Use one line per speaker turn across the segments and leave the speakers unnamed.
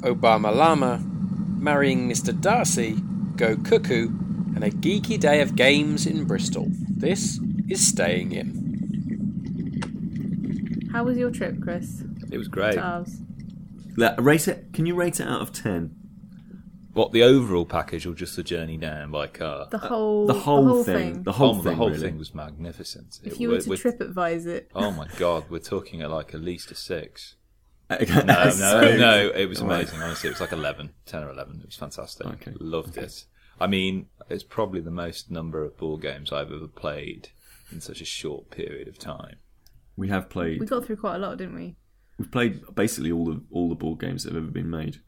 Obama Llama, marrying Mr. Darcy, Go Cuckoo, and a geeky day of games in Bristol. This is Staying In.
How was your trip, Chris?
It was great.
To ours?
Le- rate it. Can you rate it out of ten?
What the overall package or just the journey down by car?
The whole,
uh, The whole, thing. The whole
oh,
thing.
the whole
really.
thing was magnificent.
if
It-
you were
we're-
to
we're-
TripAdvise it,
oh my god, we're talking at like at least a six.
Okay.
No, no, no. It was
All right.
amazing. Honestly, it was like 11, 10 or eleven. It was fantastic.
Okay.
Loved it. I mean, it's probably the most number of board games I've ever played in such a short period of time.
We have played.
we got through quite a lot, didn't we?
We've played basically all the all the board games that have ever been made.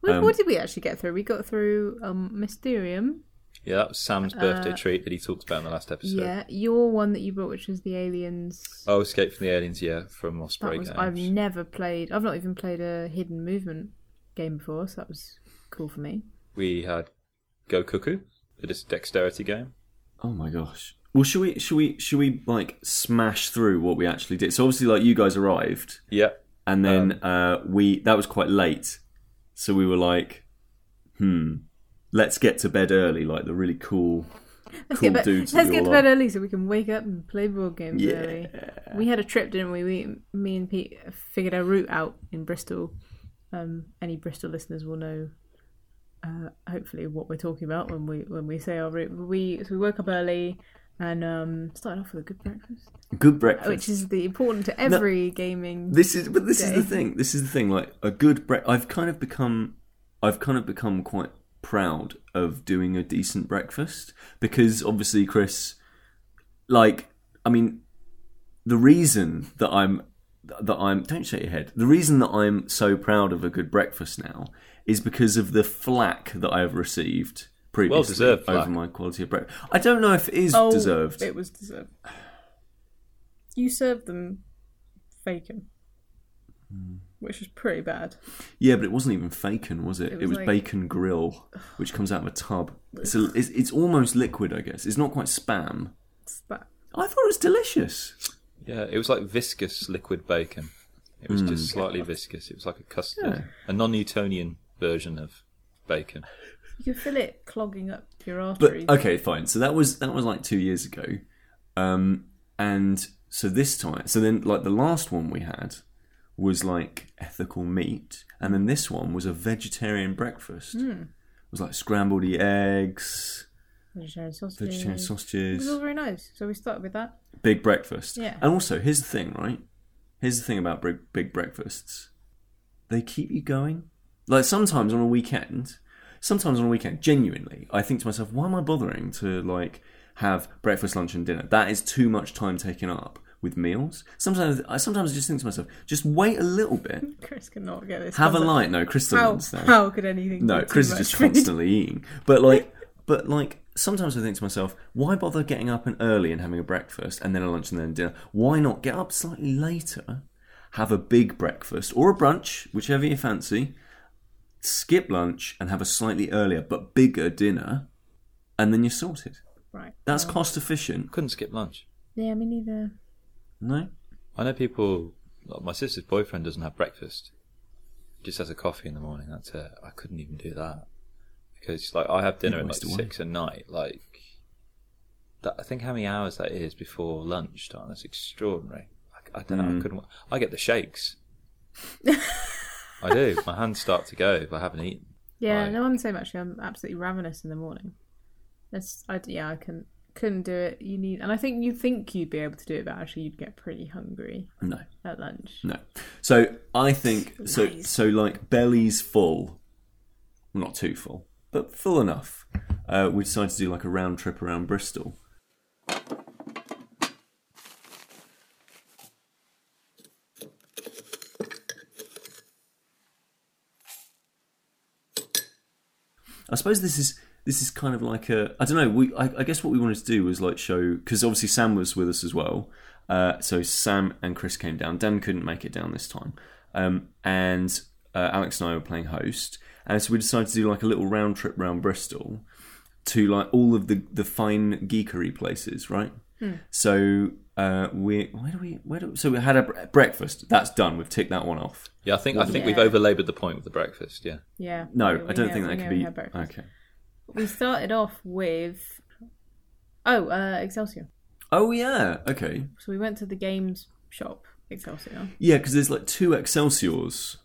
What,
Um,
what did we actually get through? We got through um, Mysterium.
Yeah, that was Sam's birthday treat that he talked about in the last episode.
Uh, yeah, your one that you brought, which was the aliens.
Oh, Escape from the Aliens, yeah, from
that
Osprey
was. I've
Games.
never played. I've not even played a hidden movement game before, so that was cool for me.
We had Go Cuckoo, a dis- dexterity game.
Oh my gosh. Well, should we should we should we like smash through what we actually did? So obviously, like you guys arrived,
Yeah.
and
Um.
then uh, we that was quite late, so we were like, hmm, let's get to bed early, like the really cool.
Let's
Cool
get, be-
dudes that
let's
you
get to
all
bed
are.
early so we can wake up and play board games early. We had a trip, didn't we? We, me and Pete, figured our route out in Bristol. Um, any Bristol listeners will know, uh, hopefully, what we're talking about when we when we say our route. We so we woke up early and um, started off with a good breakfast,
Good breakfast.
which is the important to every gaming.
This is but this is the
day.
thing. This is the thing. Like a good bre- I've kind of become I've kind of become quite proud of doing a decent breakfast because obviously Chris like I mean the reason that I'm that I'm don't shake your head. The reason that I'm so proud of a good breakfast now is because of the flack that I've received previously
deserved
over
flack.
my quality of breakfast. I don't know if it is
Oh,
deserved.
It was deserved. You served them bacon,
Hmm.
which was pretty bad.
Yeah, but it wasn't even faken, was it? It was,
was like-
bacon grill, which comes out of a tub. It's, a, it's it's almost liquid, I guess. It's not quite spam.
It's that
I thought it was delicious.
Yeah, it was like viscous liquid bacon. It was just slightly viscous. It was like a custard,
Yeah.
a non Newtonian version of bacon.
You can feel it clogging up your arteries.
But okay, fine. So that was that was like two years ago, um, and so this time, so then like the last one we had was like ethical meat, and then this one was a vegetarian breakfast.
Mm. Hmm.
It was like scrambled eggs,
vegetarian sausage.
vegetarian
It was all
sausages,
very nice. So we started with that.
big breakfast.
Yeah.
And also, here's the thing, right? Here's the thing about big, big breakfasts. They keep you going. Like sometimes on a weekend, sometimes on a weekend, genuinely, I think to myself, why am I bothering to like have breakfast, lunch, and dinner? That is too much time taken up with meals. Sometimes I sometimes just think to myself, just wait a little bit,
Chris cannot get this.
have a
done.
light. No, Chris doesn't
How,
understand.
how could anything?
No,
be too
Chris is
much
just
food?
constantly eating. But like, but like, sometimes I think to myself, why bother getting up and early and having a breakfast and then a lunch and then dinner? Why not get up slightly later, have a big breakfast or a brunch, whichever you fancy, skip lunch and have a slightly earlier but bigger dinner, and then you're sorted.
Right.
That's cost efficient,
Couldn't skip lunch.
Yeah, me neither.
no?
I know people. Like my sister's boyfriend doesn't have breakfast; just has a coffee in the morning. That's it. I couldn't even do that because, like, I have dinner at like
waste away.
six at night. Like, that, I think how many hours that is before lunchtime. That's extraordinary. I, I don't know. I couldn't. I get the shakes. I do. My hands start to go if I haven't eaten.
Yeah,
Right.
no, I'm the same actually. I'm absolutely ravenous in the morning. That's, I, yeah, I can couldn't do it. You need, and I think you think you'd be able to do it, but actually you'd get pretty hungry
No.
at lunch.
No. So I think so so like belly's full, well, not too full, but full enough. Uh, we decided to do like a round trip around Bristol. I suppose this is this is kind of like a I don't know. We I, I guess what we wanted to do was like show because obviously Sam was with us as well. Uh, so Sam and Chris came down. Dan couldn't make it down this time, um, and uh, Alex and I were playing host. And so we decided to do like a little round trip round Bristol
Hmm.
to like all of the the fine geekery places, right? So Uh, we where do we where do so we had a bre- breakfast that's done we've ticked that one off.
Yeah, I think I think we've
Yeah.
overlabored the point with the breakfast. Yeah,
Yeah.
No,
we-
I
we
don't
know-
think
we
that
know
could
we
be
had breakfast.
okay.
We started off with oh uh, Excelsior.
Oh yeah, okay,
So we went to the games shop Excelsior.
yeah, because there's like two Excelsiors.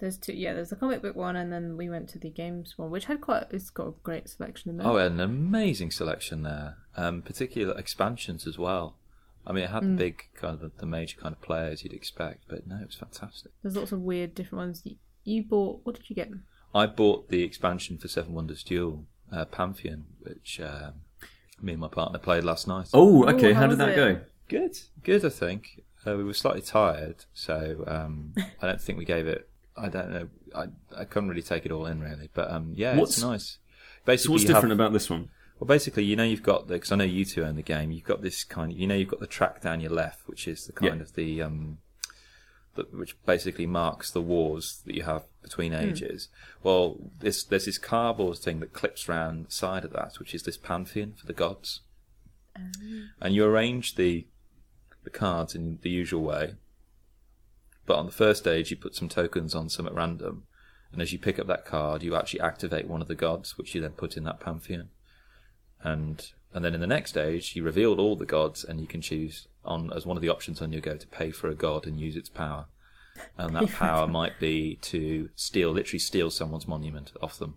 There's two. Yeah, there's the comic book one, and then we went to the games one, which had quite. It's got a great selection in there.
Oh, an amazing selection there. Um, particular expansions as well. I mean, it
Mm.
had the big kind of the major kind of players you'd expect, but no, it was fantastic.
There's lots of weird different ones. You, you bought. What did you get?
Mm.
I bought the expansion for Seven Wonders Duel, uh, Pantheon, which um, me and my partner played last night.
Oh,
Ooh,
okay, how,
how was
did that
it?
go?
good, good. I think uh, we were slightly tired, so um, I don't think we gave it. I don't know. I I couldn't really take it all in really, but um, yeah,
What's-
it's nice.
So
Basically,
what's
you have-
different about this one?
Well, basically, you know, you've got the because I know you two own the game. You've got this kind. you know, you've got the track down your left, which is the kind
Yeah.
of the um, the, which basically marks the wars that you have between ages. Well, this there's this cardboard thing that clips round the side of that, which is this pantheon for the gods, and you arrange the the cards in the usual way. But on the first stage, you put some tokens on some at random, and as you pick up that card, you actually activate one of the gods, which you then put in that pantheon and and then in the next stage you revealed all the gods and you can choose on as one of the options on your go to pay for a god and use its power and that power might be to steal literally steal someone's monument off them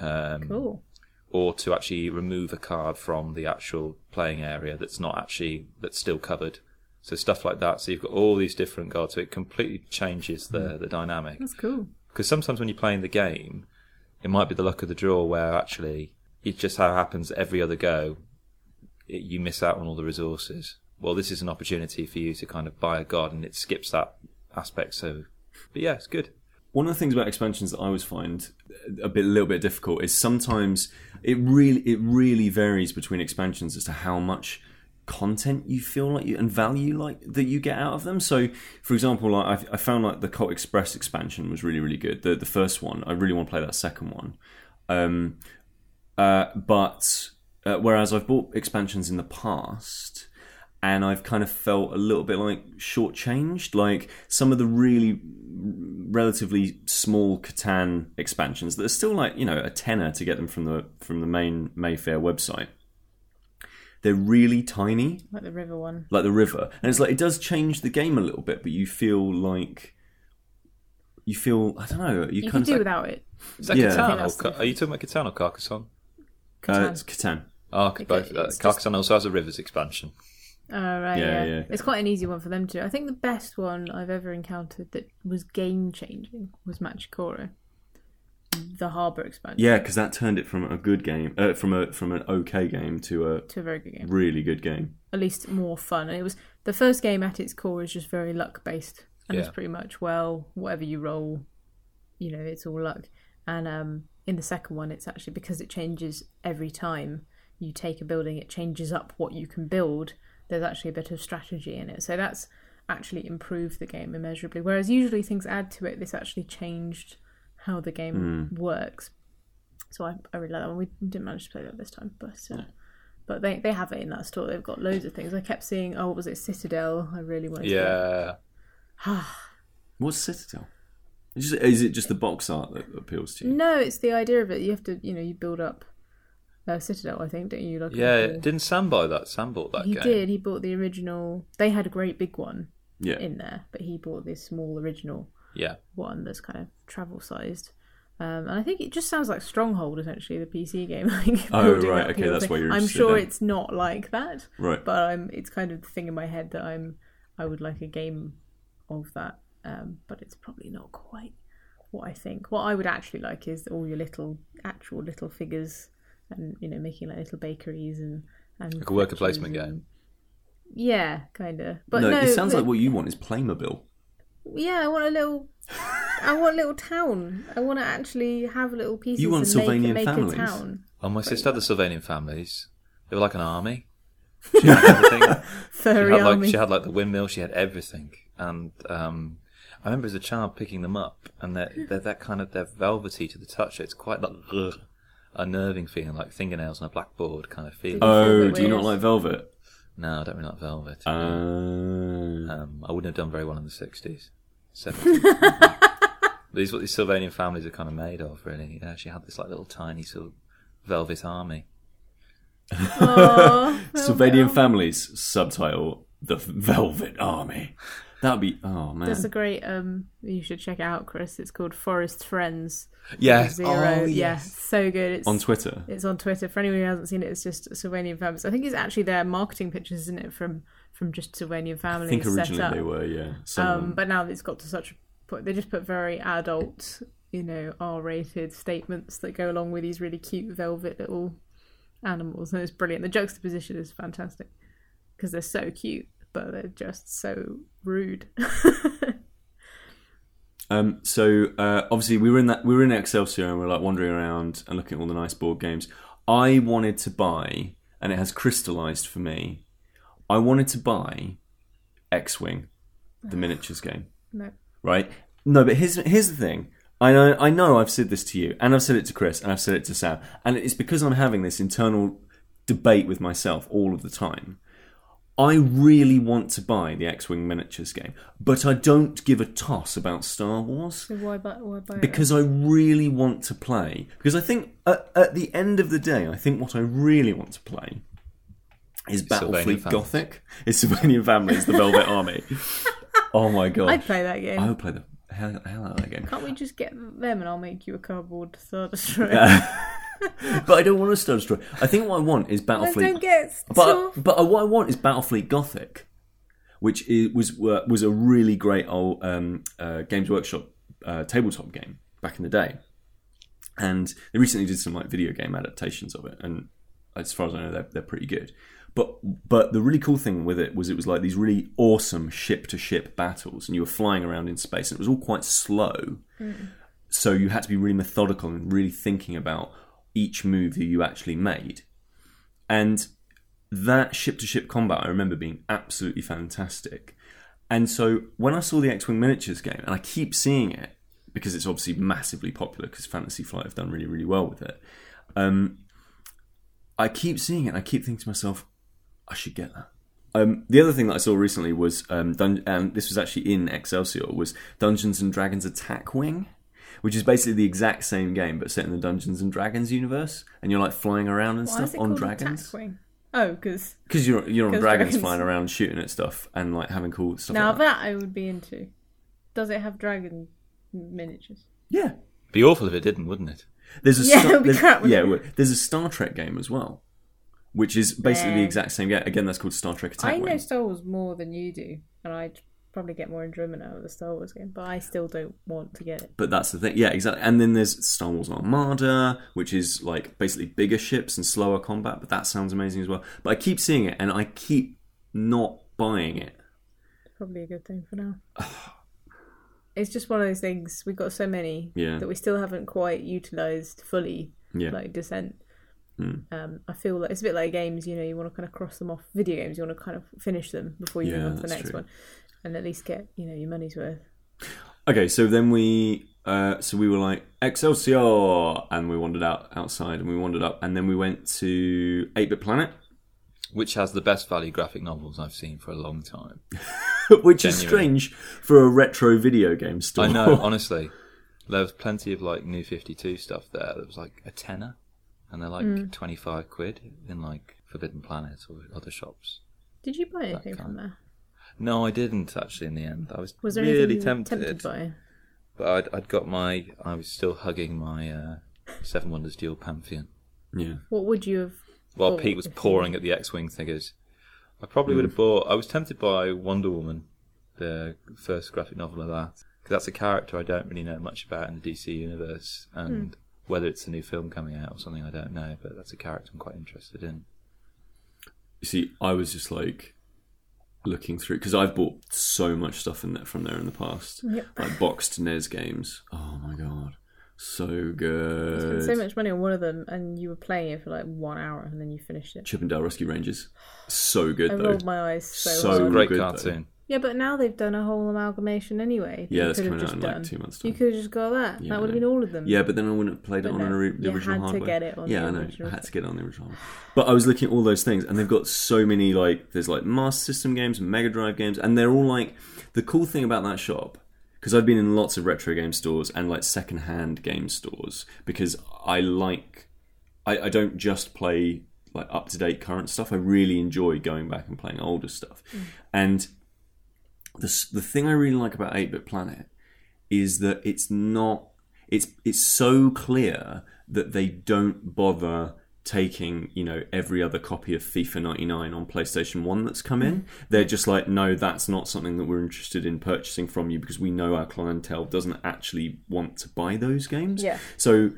um,
Cool.
or to actually remove a card from the actual playing area that's not actually that's still covered so stuff like that so you've got all these different gods so it completely changes
Mm.
the the dynamic
That's cool.
because sometimes when you're playing the game, it might be the luck of the draw where actually it just how it happens every other go, it, you miss out on all the resources. Well, this is an opportunity for you to kind of buy a god, and it skips that aspect. So, but yeah, it's good.
one of the things about expansions that I always find a bit a little bit difficult is sometimes it really it really varies between expansions as to how much content you feel like you and value like that you get out of them so for example like I, I found like the cult express expansion was really really good the the first one i really want to play that second one um uh but uh, whereas i've bought expansions in the past and i've kind of felt a little bit like shortchanged like some of the really relatively small Catan expansions that are still like you know a tenner to get them from the from the main Mayfair website. They're really tiny,
Like the river one.
like the river, and it's like it does change the game a little bit, but you feel like you feel I don't know you,
You
kind
could
of
do
like-
without it.
Is that
Yeah. I
think
Catan?
that's
Or, Ca-
the-
are you talking about Catan or Carcassonne?
uh,
Catan.
it's Catan.
Ah, c-
It-
both. Uh,
it's just-
Carcassonne also has a rivers expansion.
Oh, right, yeah,
Yeah, yeah.
It's quite an easy one for them to do. I think the best one I've ever encountered that was game changing was Machikoro, the harbour expansion
Yeah, because that turned it from a good game uh, from a from an okay game to a
to a very good game.
really good game.
At least more fun. And it was the first game at its core is just very luck based, and it's
Yeah.
pretty much well whatever you roll, you know, it's all luck. And um, in the second one, it's actually because it changes every time you take a building, it changes up what you can build. There's actually a bit of strategy in it, so that's actually improved the game immeasurably. Whereas usually things add to it, this actually changed how the game
Hmm.
works. So I, I really like that one. We didn't manage to play that this time, but uh, but they, they have it in that store. They've got loads of things. I kept seeing oh, what was it, Citadel? I really wanted to. get-
Yeah,
What's Citadel? Is it- is it just the box art that appeals to you?
No, it's the idea of it. You have to, you know, you build up uh, Citadel. I think, don't you? Like
yeah.
the-
Didn't Sam buy that? Sam bought that
he
game.
did. He bought the original. They had a great big one
Yeah,
in there, but he bought this small original
Yeah,
one that's kind of travel sized. Um, and I think it just sounds like Stronghold, essentially, the PC game. Like,
Oh,
building
right,
up
okay,
your
that's
thing.
why you're
I'm
interested
sure
then.
it's not like that,
right.
but I'm. It's kind of the thing in my head that I'm. I would like a game of that, um, but it's probably not quite what I think. What I would actually like is all your little actual little figures, and you know, making like little bakeries and and
like a worker
factories
placement
and-
game.
Yeah, kind of. But
no,
no,
it sounds
but-
like what you want is Playmobil.
yeah, I want a little. I want a little town. I want to actually have little pieces.
You want
and
Sylvanian
make, make
families?
a town.
Oh, my sister had the Sylvanian families. They were like an army. She had everything. She
Furry
had, like,
army.
she had like the windmill. She had everything, and um, I remember as a child picking them up, and they're,
Hmm.
they're that kind of they're velvety to the touch. It's quite like ugh, unnerving feeling, like fingernails on a blackboard kind of feeling.
Oh,
Oh,
but
do you not
weird.
like velvet?
No, I don't really like Velvet.
Uh,
Um, I wouldn't have done very well in the 60s. 70s. These what these Sylvanian families are kind of made of, really. They actually had this like little tiny sort of velvet army.
Oh,
Sylvanian Families subtitle: The Velvet Army. That'd be oh man.
There's a great um you should check it out, Chris. It's called Forest Friends
Yeah.
Zero. Yeah, so good. It's
Oh, on Twitter.
it's on Twitter. For anyone who hasn't seen it, it's just Sylvanian families. I think it's actually their marketing pictures, isn't it, from from just Sylvanian
I
families
think
set
originally
up.
they were, yeah. So
Um, but now it's got to such a point. They just put very adult, you know, R-rated statements that go along with these really cute velvet little animals, and it's brilliant. The juxtaposition is fantastic because they're so cute, but they're just so rude.
Um, so uh, obviously we were in that we were in Excelsior and we were like wandering around and looking at all the nice board games. I wanted to buy, and it has crystallized for me. I wanted to buy X Wing, the miniatures game,
no,
right? No, but here's here's the thing. I know I know I've said this to you, and I've said it to Chris, and I've said it to Sam, and it's because I'm having this internal debate with myself all of the time. I really want to buy the X-wing miniatures game, but I don't give a toss about Star Wars
so why buy? Why buy?
because I really want to play. Because I think at, at the end of the day, I think what I really want to play is
Sylvanian
Battlefleet
Families.
Gothic. Is Sylvanian Families, the Velvet Army. Oh my god!
I'd play that game.
I would play the hell, hell out of that game.
Can't we just get them and I'll make you a cardboard Star Destroyer?
But I don't want a Star Destroyer. I think what I want is
I
Battlefleet.
don't get
But but what I want is Battlefleet Gothic, which is, was were- was a really great old um, uh, Games Workshop uh, tabletop game back in the day, and they recently did some like video game adaptations of it, and as far as I know, they're, they're pretty good. But but the really cool thing with it was it was like these really awesome ship to ship battles, and you were flying around in space, and it was all quite slow. So you had to be really methodical and really thinking about each move that you actually made, and that ship to ship combat I remember being absolutely fantastic. And so when I saw the X Wing miniatures game, and I keep seeing it because it's obviously massively popular because Fantasy Flight have done really, really well with it. Um, I keep seeing it, and I keep thinking to myself, I should get that. Um, the other thing that I saw recently was, um, Dun- and this was actually in Excelsior, was Dungeons and Dragons Attack Wing, which is basically the exact same game but set in the Dungeons and Dragons universe, and you're like flying around and
Why is
stuff
it
on
called
dragons.
Attack Wing? Oh, because
Because you're you're on
'Cause
dragons,
dragons.
flying around shooting at stuff and like having cool stuff.
now
like that.
that I would be into. Does it have dragon miniatures?
yeah,
Be awful if it didn't, wouldn't it?
there's a
Yeah,
Star-
it'd be
there's,
crap, wouldn't
yeah,
it?
well, there's a Star Trek game as well, which is basically the
Yeah.
exact same game. Again, that's called Star Trek Attack
I know
Wing.
Star Wars more than you do, and I'd probably get more enjoyment out of the Star Wars game, but I still don't want to get it.
But that's the thing, yeah, exactly. And then there's Star Wars Armada, which is like basically bigger ships and slower combat. But that sounds amazing as well. But I keep seeing it, and I keep not buying it.
It's probably a good thing for now. it's just one of those things. We've got so many
Yeah.
that we still haven't quite utilised fully,
Yeah, Hmm.
like Descent. Um, I feel like it's a bit like games, you know, you want to kind of cross them off. Video games, you want to kind of finish them before you
Yeah,
move on to the
that's
next
true.
one, and at least get you know your money's worth.
Okay, so then we uh, so we were like Excelsior, and we wandered out outside, and we wandered up, and then we went to Eight Bit Planet,
Which has the best value graphic novels I've seen for a long time.
which is
Genuinely.
strange for a retro video game store.
I know, honestly. There was plenty of like new 52 stuff there that was like a tenner, and they're like
Mm.
25 quid in like Forbidden Planet or other shops.
Did you buy anything from
kind.
there?
No, I didn't actually in the end. I was,
Was there
really
anything you were
tempted.
tempted by?
But I'd, I'd got my. I was still hugging my uh, Seven Wonders Dual Pantheon.
yeah,
What would you have?
While
bought
Pete was
if you-
pouring at the X Wing figures, I probably would have
Hmm.
bought. I was tempted by Wonder Woman, the first graphic novel of that. Because that's a character I don't really know much about in the DC universe. And whether it's a new film coming out or something, I don't know. But that's a character I'm quite interested in.
you see, I was just like looking through because I've bought so much stuff in that from there in the past, like boxed NES games. Oh my god, so
Spent
good!
so much money on one of them, and you were playing it for like one hour, and then you finished it.
Chippendale Rescue Rangers, so good
I
though.
rolled my eyes so,
So
hard.
Really
Great
Oh, good, though.
cartoon.
Yeah, but now they've done a whole amalgamation anyway. that
Yeah,
you
that's
could have
coming out
just
in like two months'
You
time.
could have just got that.
Yeah, I
that would have
know.
been all of them.
Yeah, but then I wouldn't have played it
But
on
no,
an ori- the
you
original
had to
hardware.
get it on
yeah,
the
I know.
original.
I had to get it on the original. hardware. But I was looking at all those things, and they've got so many like there's like Master System games, Mega Drive games, and they're all like the cool thing about that shop because I've been in lots of retro game stores and like second-hand game stores because I like I, I don't just play like up to date current stuff. I really enjoy going back and playing older stuff.
Mm.
And the s- the thing I really like about Eight Bit Planet is that it's not it's it's so clear that they don't bother taking you know every other copy of FIFA 99 on PlayStation 1 that's come in they're just like no that's not something that we're interested in purchasing from you because we know our clientele doesn't actually want to buy those games
Yeah.
so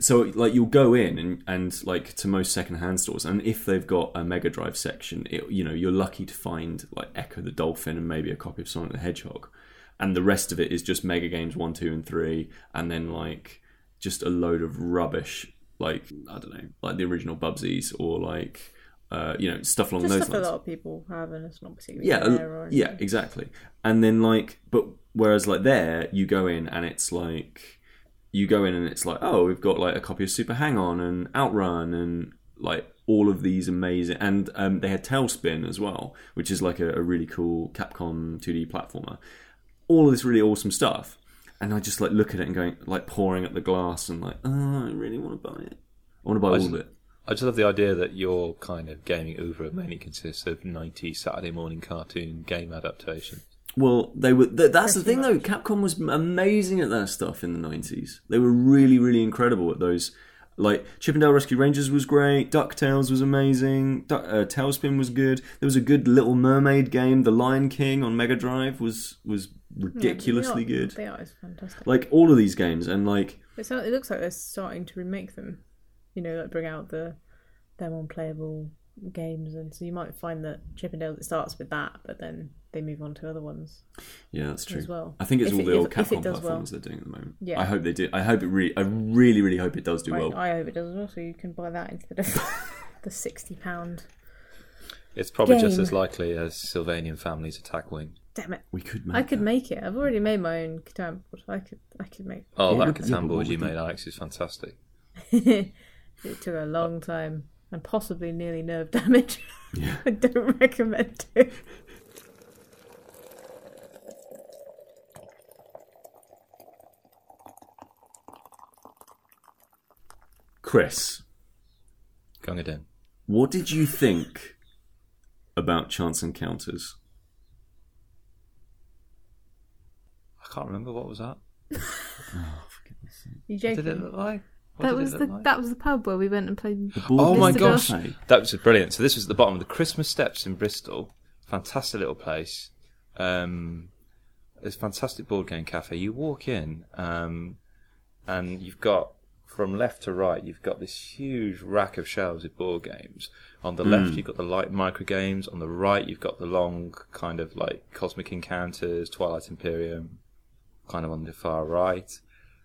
so like you'll go in and, and like to most secondhand stores and if they've got a mega drive section it, you know you're lucky to find like echo the dolphin and maybe a copy of sonic the hedgehog and the rest of it is just mega games 1 2 and 3 and then like just a load of rubbish like i don't know like the original bubsies or like uh, you know stuff along
Just
those
stuff
lines
a lot of people have, and it's not particularly
yeah
fair or
uh, yeah
anything.
exactly and then like but whereas like there you go in and it's like you go in and it's like oh we've got like a copy of super hang on and outrun and like all of these amazing and um, they had tailspin as well which is like a, a really cool capcom 2d platformer all of this really awesome stuff and i just like look at it and going like pouring at the glass and like oh i really want to buy it i want to buy all of it
I just love the idea that your kind of gaming oeuvre mainly consists of 90 Saturday morning cartoon game adaptations.
Well, they were. Th- that's the thing, though. Capcom was amazing at that stuff in the nineties. They were really, really incredible at those. Like Chippendale Rescue Rangers was great. Ducktales was amazing. Du- uh, Tailspin was good. There was a good Little Mermaid game. The Lion King on Mega Drive was was ridiculously
They are-
good.
They are it's fantastic.
Like all of these games, and like
It, sounds, it looks like they're starting to remake them. You know, like bring out the them on playable games, and so you might find that Chippendales it starts with that, but then they move on to other ones.
yeah, that's true.
As well.
I think it's
If
all
it-
the
if-
old
if it
Capcom
does
platforms
well.
they're doing at the moment.
Yeah.
I hope they do. I hope it really. I really, really hope it does do
Right,
well.
I hope it does as well, so you can buy that instead of the sixty pound.
It's probably just
Game.
as likely as Sylvanian Families Attack Wing.
Damn it!
we could. Make
I could make it. I've already made my own Catan board. I could, I could make.
Oh,
Yeah,
that
but- yeah, but
Catan board
what
you
would
made, Alex, is fantastic.
it took a long time and possibly nearly nerve damage. I don't recommend it.
Chris.
Gungadin.
What did you think about Chance Encounters?
I can't remember what was that.
You
What did it
joking?
look like? What
That
did it
was
look
the
like?
that was the pub where we went and played.
Oh my
Mr.
gosh,
Buffet.
that was brilliant. So this was at the bottom of the Christmas Steps in Bristol. Fantastic little place. Um, it's a fantastic board game cafe. You walk in, um, and you've got from left to right, you've got this huge rack of shelves of board games. On the left, you've got the light micro games. On the right, you've got the long kind of like Cosmic Encounters, Twilight Imperium, kind of on the far right.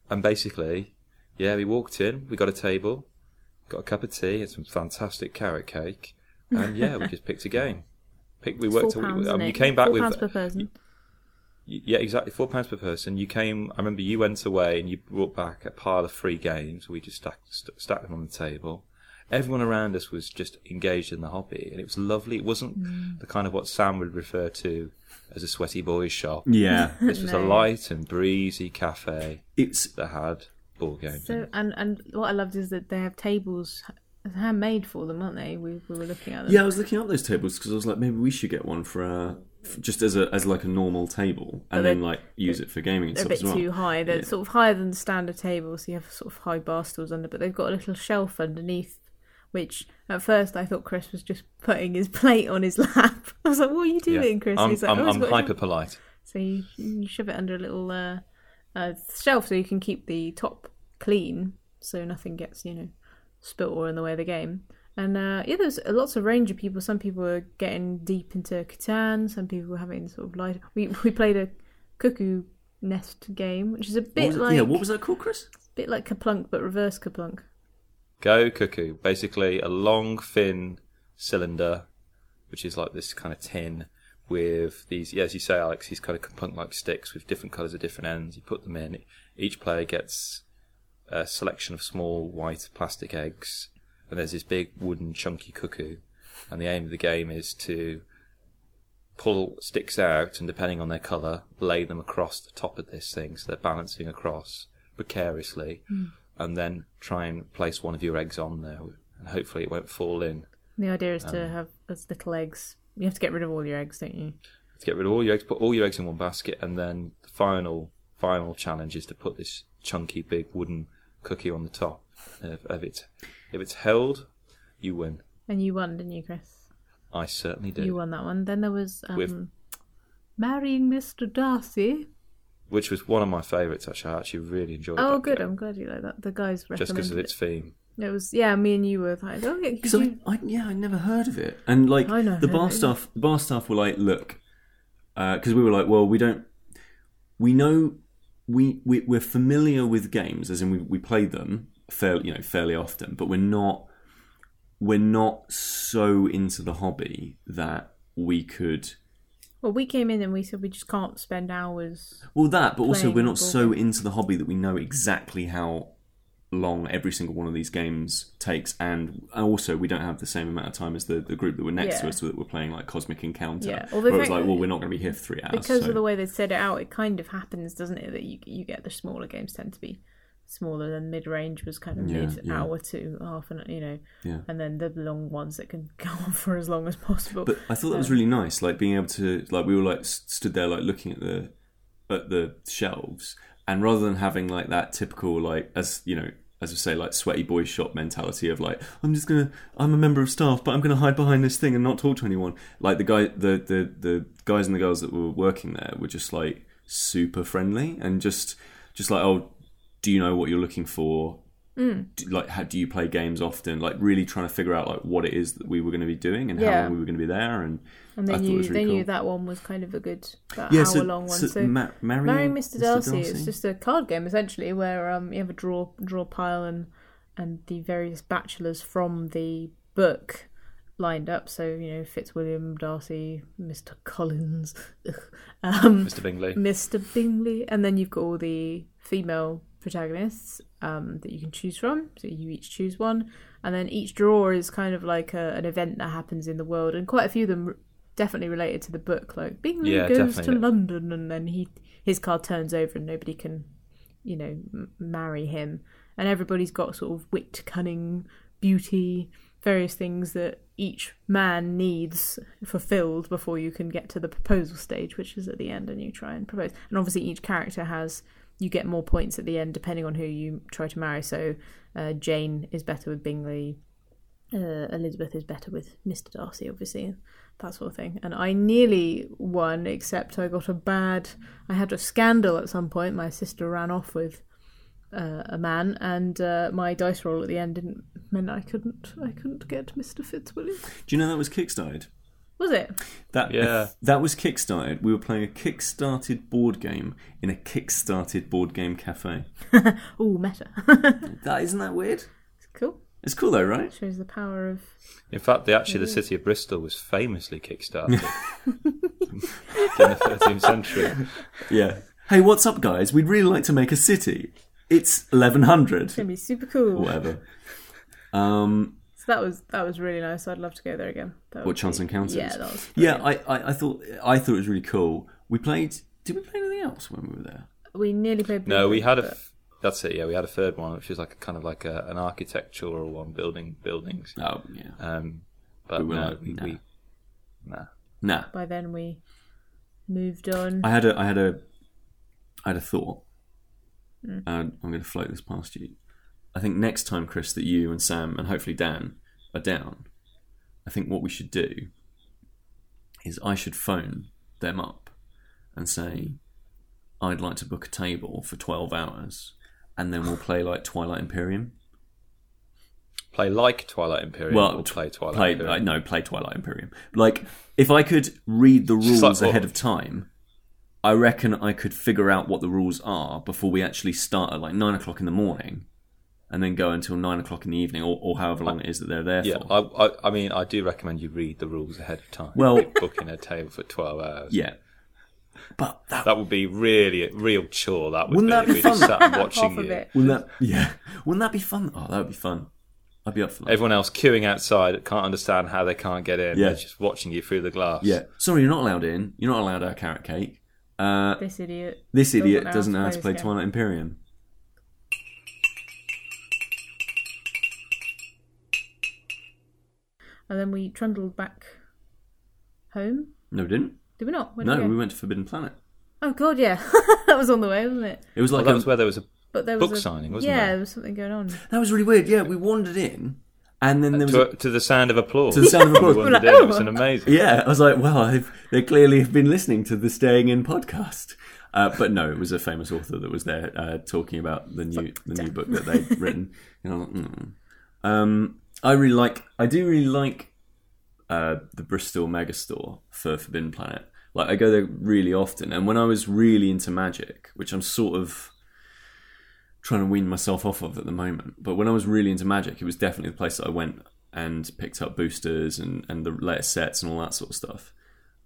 And basically, yeah, we walked in, we got a table, got a cup of tea and some fantastic carrot cake, and yeah, we just picked a game. Pick, we worked.
Four
out-
pounds,
um,
innit?
you came back
Four
with
pounds per person.
yeah, exactly. Four pounds per person. You came. I remember you went away and you brought back a pile of free games. We just stacked, st- stacked them on the table. Everyone around us was just engaged in the hobby, and it was lovely. It wasn't
Mm.
the kind of what Sam would refer to as a sweaty boys shop.
Yeah,
This was a light and breezy cafe
it's
that had board games. in it.
So and and what I loved is that they have tables handmade for them, aren't they? We, we were looking at them.
yeah. I was looking up those tables because I was like, maybe we should get one for uh, f- just as a as like a normal table, and
they're-
then like use it for gaming and
They're a
stuff
bit
as well.
too high. They're
Yeah.
sort of higher than the standard table, so you have sort of high bar stools under. But they've got a little shelf underneath, which at first I thought Chris was just putting his plate on his lap. I was like, "What are you
Yeah.
doing, Chris?"
I'm,
He's like,
I'm,
"Oh, it's
I'm
got a
hyper polite.
So you, you shove it under a little uh, uh, shelf so you can keep the top clean so nothing gets, you know, spilt or in the way of the game. And uh, yeah, there's lots of range of people. Some people were getting deep into Catan, some people were having sort of light. We, we played a cuckoo nest game, which is a
What
bit
was it-
like
yeah, what was that called, Chris?
bit like Kaplunk, but reverse Kaplunk.
Go cuckoo. Basically, a long thin cylinder, which is like this kind of tin with these, yeah, as you say, Alex, these kind of punk like sticks with different colours at different ends. You put them in. Each player gets a selection of small white plastic eggs, and there's this big wooden chunky cuckoo. And the aim of the game is to pull sticks out, and depending on their colour, lay them across the top of this thing. So they're balancing across precariously,
Hmm.
and then try and place one of your eggs on there, and hopefully it won't fall in.
The idea is
Um.
to have as little eggs. You have to get rid of all your eggs, don't you?
to get rid of all your eggs, put all your eggs in one basket, and then the final final challenge is to put this chunky big wooden cookie on the top. And If, if it's if it's held, you win.
And you won, didn't you, Chris?
I certainly
You
do.
won that one. Then there was um,
With-
marrying Mr. Darcy.
Which was one of my favourites. Actually, I actually really enjoyed.
Oh,
that
good.
game,
I'm glad you like that. The guys
just
recommended
because of its theme.
it. It was yeah. Me and you were like, oh yeah, 'cause
Because
you-
I, I, yeah, I never heard of it. And like
I never
the
heard
bar
of it.
staff, the bar staff were like, look, because we were like, well, we don't, we know, we, we we're familiar with games, as in we we play them fairly, you know, fairly often, but we're not, we're not so into the hobby that we could.
well, we came in and we said we just can't spend hours.
Well, that, but also
Playing
we're
board
not so into the hobby that we know exactly how long every single one of these games takes, and and also we don't have the same amount of time as the, the group that were next to
Yeah.
us that were playing like Cosmic Encounter.
Yeah, although
Where it was
thank-
like, well, we're not going to be here for three hours.
because
Ah, so-
of the way they set it out, it kind of happens, doesn't it? That you you get the smaller games tend to be smaller than mid range was kind of
Yeah,
mid
yeah.
hour to half an you know,
Yeah.
and then the long ones that can go on for as long as possible.
But I thought that was really nice, like being able to like we were like s- stood there like looking at the at the shelves, and rather than having like that typical like as you know as we say like sweaty boy shop mentality of like I'm just gonna I'm a member of staff, but I'm gonna hide behind this thing and not talk to anyone. Like the guy the the the guys and the girls that were working there were just like super friendly and just just like oh do you know what you're looking for
Mm.
do, like how do you play games often like really trying to figure out like what it is that we were going to be doing and how
Yeah.
long we were going to be there and,
and
I
they
thought
knew
it was really
they
cool.
knew that one was kind of a good that
yeah
hour
so,
long one.
so,
so
Ma- marrying,
Marrying Mr. Darcy, it's just a card game essentially, where um you have a draw draw pile and and the various bachelors from the book lined up. So you know Fitzwilliam Darcy, Mr. Collins, um,
Mr. Bingley.
Mr. Bingley, and then you've got all the female protagonists um, that you can choose from. So you each choose one, and then each draw is kind of like a, an event that happens in the world, and quite a few of them r- definitely related to the book. Like Bingley
Yeah,
goes
definitely.
to London, and then he his card turns over, and nobody can, you know, m- marry him. And everybody's got sort of wit, cunning, beauty, various things that each man needs fulfilled before you can get to the proposal stage, which is at the end, and you try and propose. And obviously, each character has you get more points at the end depending on who you try to marry. So uh, Jane is better with Bingley, uh, Elizabeth is better with Mister Darcy, obviously. That sort of thing, and I nearly won, except I got a bad. I had a scandal at some point. My sister ran off with uh, a man, and uh, my dice roll at the end didn't meant I couldn't. I couldn't get Mister Fitzwilliam.
do you know that was kickstarted
Was it?
that
Yeah.
that was kickstarted we were playing a kickstarted board game in a kickstarted board game cafe
Oh, meta.
that isn't that weird
cool.
it's cool though right
Shows the power of.
In fact, the, actually,
Mm.
the city of Bristol was famously kickstarted in the 13th century.
yeah hey what's up guys we'd really like to make a city it's 1100
It's gonna be super cool.
whatever um
So that was that was really nice. I'd love to go there again. That
what
would
chance
be-
encounters.
Yeah, that was.
yeah.
brilliant.
I, I, I thought I thought it was really cool. We played. Did we play anything else when we were there?
we nearly played. Blue
No, we
Book,
had a.
but-
f- That's it. Yeah, we had a third one, which was like a, kind of like a, an architectural one, building buildings.
Oh yeah.
Um, but
We were
no,
like,
we,
nah.
we nah.
Nah.
By then we moved on.
I had a I had a I had a thought.
Hmm.
And I'm going to float this past you. I think next time, Chris, that you and Sam and hopefully Dan are down, I think what we should do is I should phone them up and say, "I'd like to book a table for 12 hours, and then we'll play like Twilight Imperium."
Play like Twilight Imperium.
well,
or play Twilight
play,
Imperium.
uh, no, play Twilight Imperium. Like, if I could read the rules
Just like what-
ahead of time, I reckon I could figure out what the rules are before we actually start at like nine o'clock in the morning, and then go until nine o'clock in the evening or, or however long it is that they're there
Yeah,
for.
I, I, I mean, I do recommend you read the rules ahead of time.
Well-
Like booking a table for twelve hours.
yeah. But that,
That would be really a real chore. That would
Wouldn't
be,
that be
if we just
fun?
sat and
Half
watching
of
you.
it.
wouldn't that yeah. Wouldn't that be fun? Oh, that would be fun. I'd be up for that.
Everyone else queuing outside can't understand how they can't get in.
Yeah.
They're just watching you through the glass.
yeah. Sorry, you're not allowed in. You're not allowed our carrot cake. Uh,
This idiot.
this
doesn't
idiot
know how
doesn't know how
this
to play
game.
Twilight Imperium.
And then we trundled back home.
No, we didn't.
Did we not? Where did
No,
we
we
go?
went to Forbidden Planet.
Oh god, yeah, that was on the way, wasn't it?
It was
Well,
like um,
that
a-
was where there was a.
But there was
Book
a,
signing, wasn't
yeah,
there?
was something going on.
that was really weird. Yeah, we wandered in, and then there was
To,
a,
a- to the sound of applause.
to the sound of applause.
What
We're like,
they did, It was
"Oh."
an amazing.
Yeah, I was like, well, I've, they clearly have been listening to the Staying In podcast. Uh, but no, it was a famous author that was there uh, talking about the new the new book that they'd written. You know, like, mm. um, I really like. I do really like uh, the Bristol Megastore for Forbidden Planet. Like, I go there really often. And when I was really into magic, which I'm sort of trying to wean myself off of at the moment. But when I was really into magic, it was definitely the place that I went and picked up boosters and, and the latest sets and all that sort of stuff.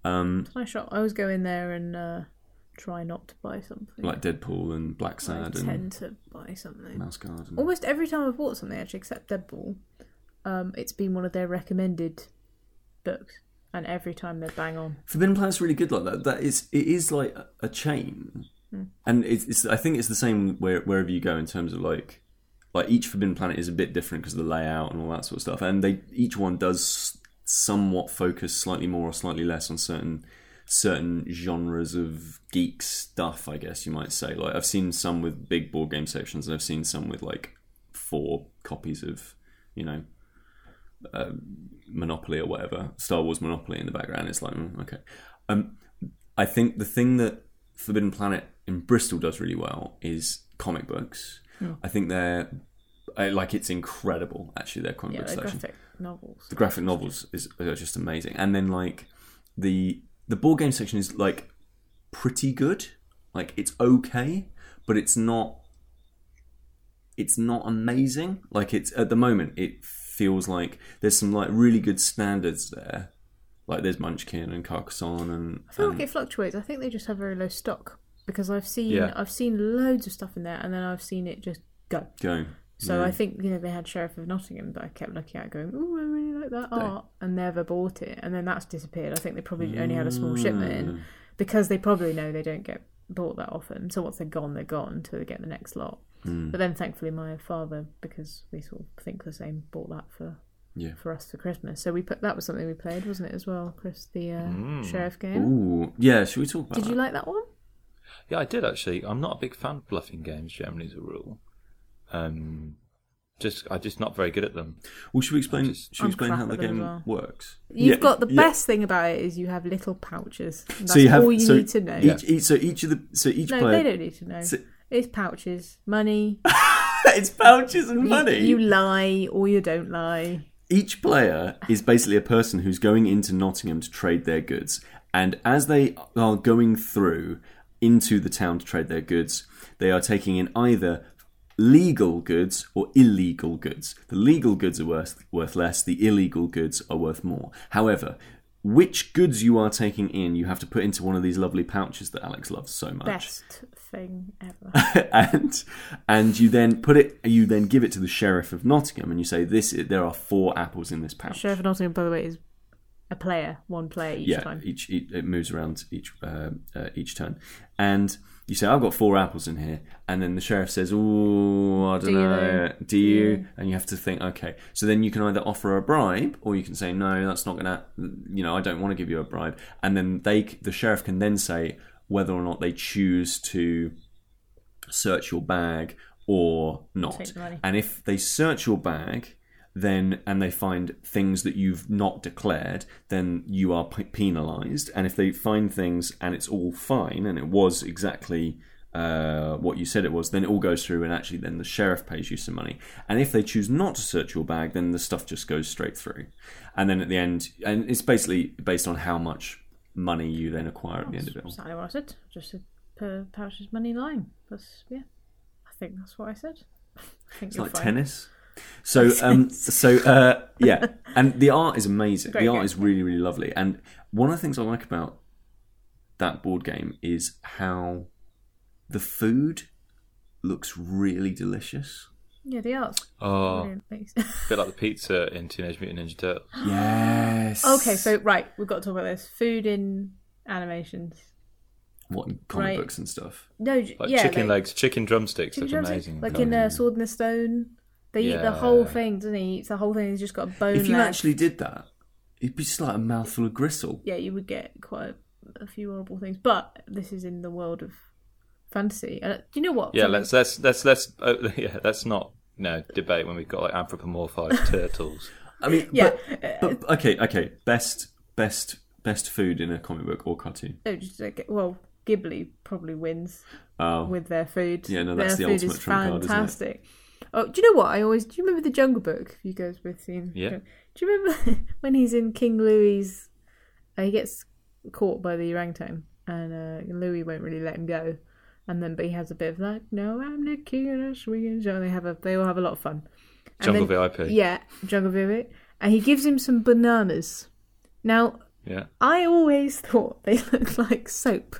My shop. I always go in there and uh, try not to buy something.
Like Deadpool and Black
I
Sad and
tend to buy something.
Mouse Guard. And...
Almost every time I've bought something, actually, except Deadpool, um, it's been one of their recommended books, and every time they're bang on.
Forbidden Planet's really good like that. That is, it is like a- a chain, and it's, it's. I think it's the same where, wherever you go in terms of like, like each Forbidden Planet is a bit different because of the layout and all that sort of stuff. And they each one does somewhat focus slightly more or slightly less on certain certain genres of geek stuff. I guess you might say. Like I've seen some with big board game sections, and I've seen some with like four copies of, you know, um, Monopoly or whatever, Star Wars Monopoly in the background. It's like, mm, okay. Um, I think the thing that Forbidden Planet in Bristol does really well is comic books. I think they're I, like it's incredible actually their comic
Yeah,
book
they're
section.
graphic novels.
The graphic novels is are just amazing, and then like the the board game section is like pretty good. Like it's okay, but it's not it's not amazing. Like it's at the moment, it feels like there's some like really good standards there. Like there's Munchkin and Carcassonne and
I feel like it fluctuates. I think they just have very low stock because I've seen
Yeah.
I've seen loads of stuff in there, and then I've seen it just go.
go.
So I think you know they had Sheriff of Nottingham that I kept looking at, going, "Oh, I really like that art," and never bought it, and then that's disappeared. I think they probably only had a small shipment in because they probably know they don't get bought that often. So once they're gone, they're gone until they get the next lot. But then thankfully, my father, because we sort of think the same, bought that for
Yeah.
for us for Christmas. So we put that was something we played, wasn't it as well, Chris? The uh, Sheriff game.
Ooh, yeah. Should we talk about?
Did you
that?
like that one?
Yeah, I did actually. I'm not a big fan of bluffing games generally as a rule. Um, just I'm just not very good at them.
Well, should we explain? should we
I'm
explain
crap
how
at
the
them as
game
well.
works?
You've
Yeah,
got the
yeah.
best thing about it is you have little pouches. And That's
so you have,
all you
so
need to know.
Each, each, so each of the so each
No,
player
they don't need to know.
So-
it's pouches, money,
it's pouches and money.
You, you lie or you don't lie.
each player is basically a person who's going into Nottingham to trade their goods. And as they are going through into the town to trade their goods, they are taking in either legal goods or illegal goods. The legal goods are worth, worth less, the illegal goods are worth more. However, which goods you are taking in, you have to put into one of these lovely pouches that Alex loves so much
Best thing ever.
and and you then put it you then give it to the sheriff of Nottingham and you say this is, there are four apples in this pouch.
Sheriff of Nottingham, by the way, is a player, one player each
yeah,
time.
each, each it moves around each uh, uh, each turn, and you say I've got four apples in here, and then the sheriff says, "Oh, I don't
you
know, do you?" And you have to think, okay. So then you can either offer a bribe, or you can say, "No, that's not gonna," you know, I don't want to give you a bribe, and then they c- the sheriff can then say whether or not they choose to search your bag or not.
Take the money.
And if they search your bag, then and they find things that you've not declared, then you are p- penalised. And if they find things and it's all fine and it was exactly uh, what you said it was, then it all goes through and actually then the sheriff pays you some money. And if they choose not to search your bag, then the stuff just goes straight through. And then at the end, and it's basically based on how much money you then acquire at the end of it. all.
Exactly what I said. Just a per pouches money line. That's yeah. I think that's what I said. I think
It's
you're
like
fine.
tennis. So um so uh yeah, and the art is amazing.
Great
the art
game.
is really really lovely. And one of the things I like about that board game is how the food looks really delicious.
Yeah, the art's
Oh,
brilliant. Thanks.
a bit like the pizza in Teenage Mutant Ninja Turtles.
Yes.
okay, so right, we've got to talk about this. Food in animations.
what in comic
Right.
books and stuff.
No, j-
Like
yeah,
chicken
like,
legs, chicken drumsticks.
chicken
That's
drumstick,
amazing.
Like in uh, Sword in the Stone, they eat the
Yeah.
whole thing, doesn't he? He eats the whole thing. He's just got a bone.
If you
left.
actually did that, it'd be just like a mouthful of gristle.
yeah, you would get quite a, a few horrible things. But this is in the world of fantasy. Uh, do you know what?
yeah,
Something-
let's let's let's let's uh, yeah, let's not you know, debate when we've got like anthropomorphized turtles.
I mean,
Yeah.
but, but okay, okay. Best best best food in a comic book or cartoon.
No, just like well, Ghibli probably wins
Oh.
with their food.
Yeah, no,
their
that's the
food
ultimate
is
trump card, isn't it?
fantastic. Oh, do you know what? I always do. You remember the Jungle Book? You guys with seeing.
Yeah.
Do you remember when he's in King Louis? Uh, he gets caught by the orangutan, and uh, Louis won't really let him go. And then, but he has a bit of like, no, I'm the king and I'm swinging. And they have a, they all have a lot of fun. And
Jungle
then-
VIP.
Yeah, Jungle VIP, and he gives him some bananas. Now,
Yeah,
I always thought they looked like soap.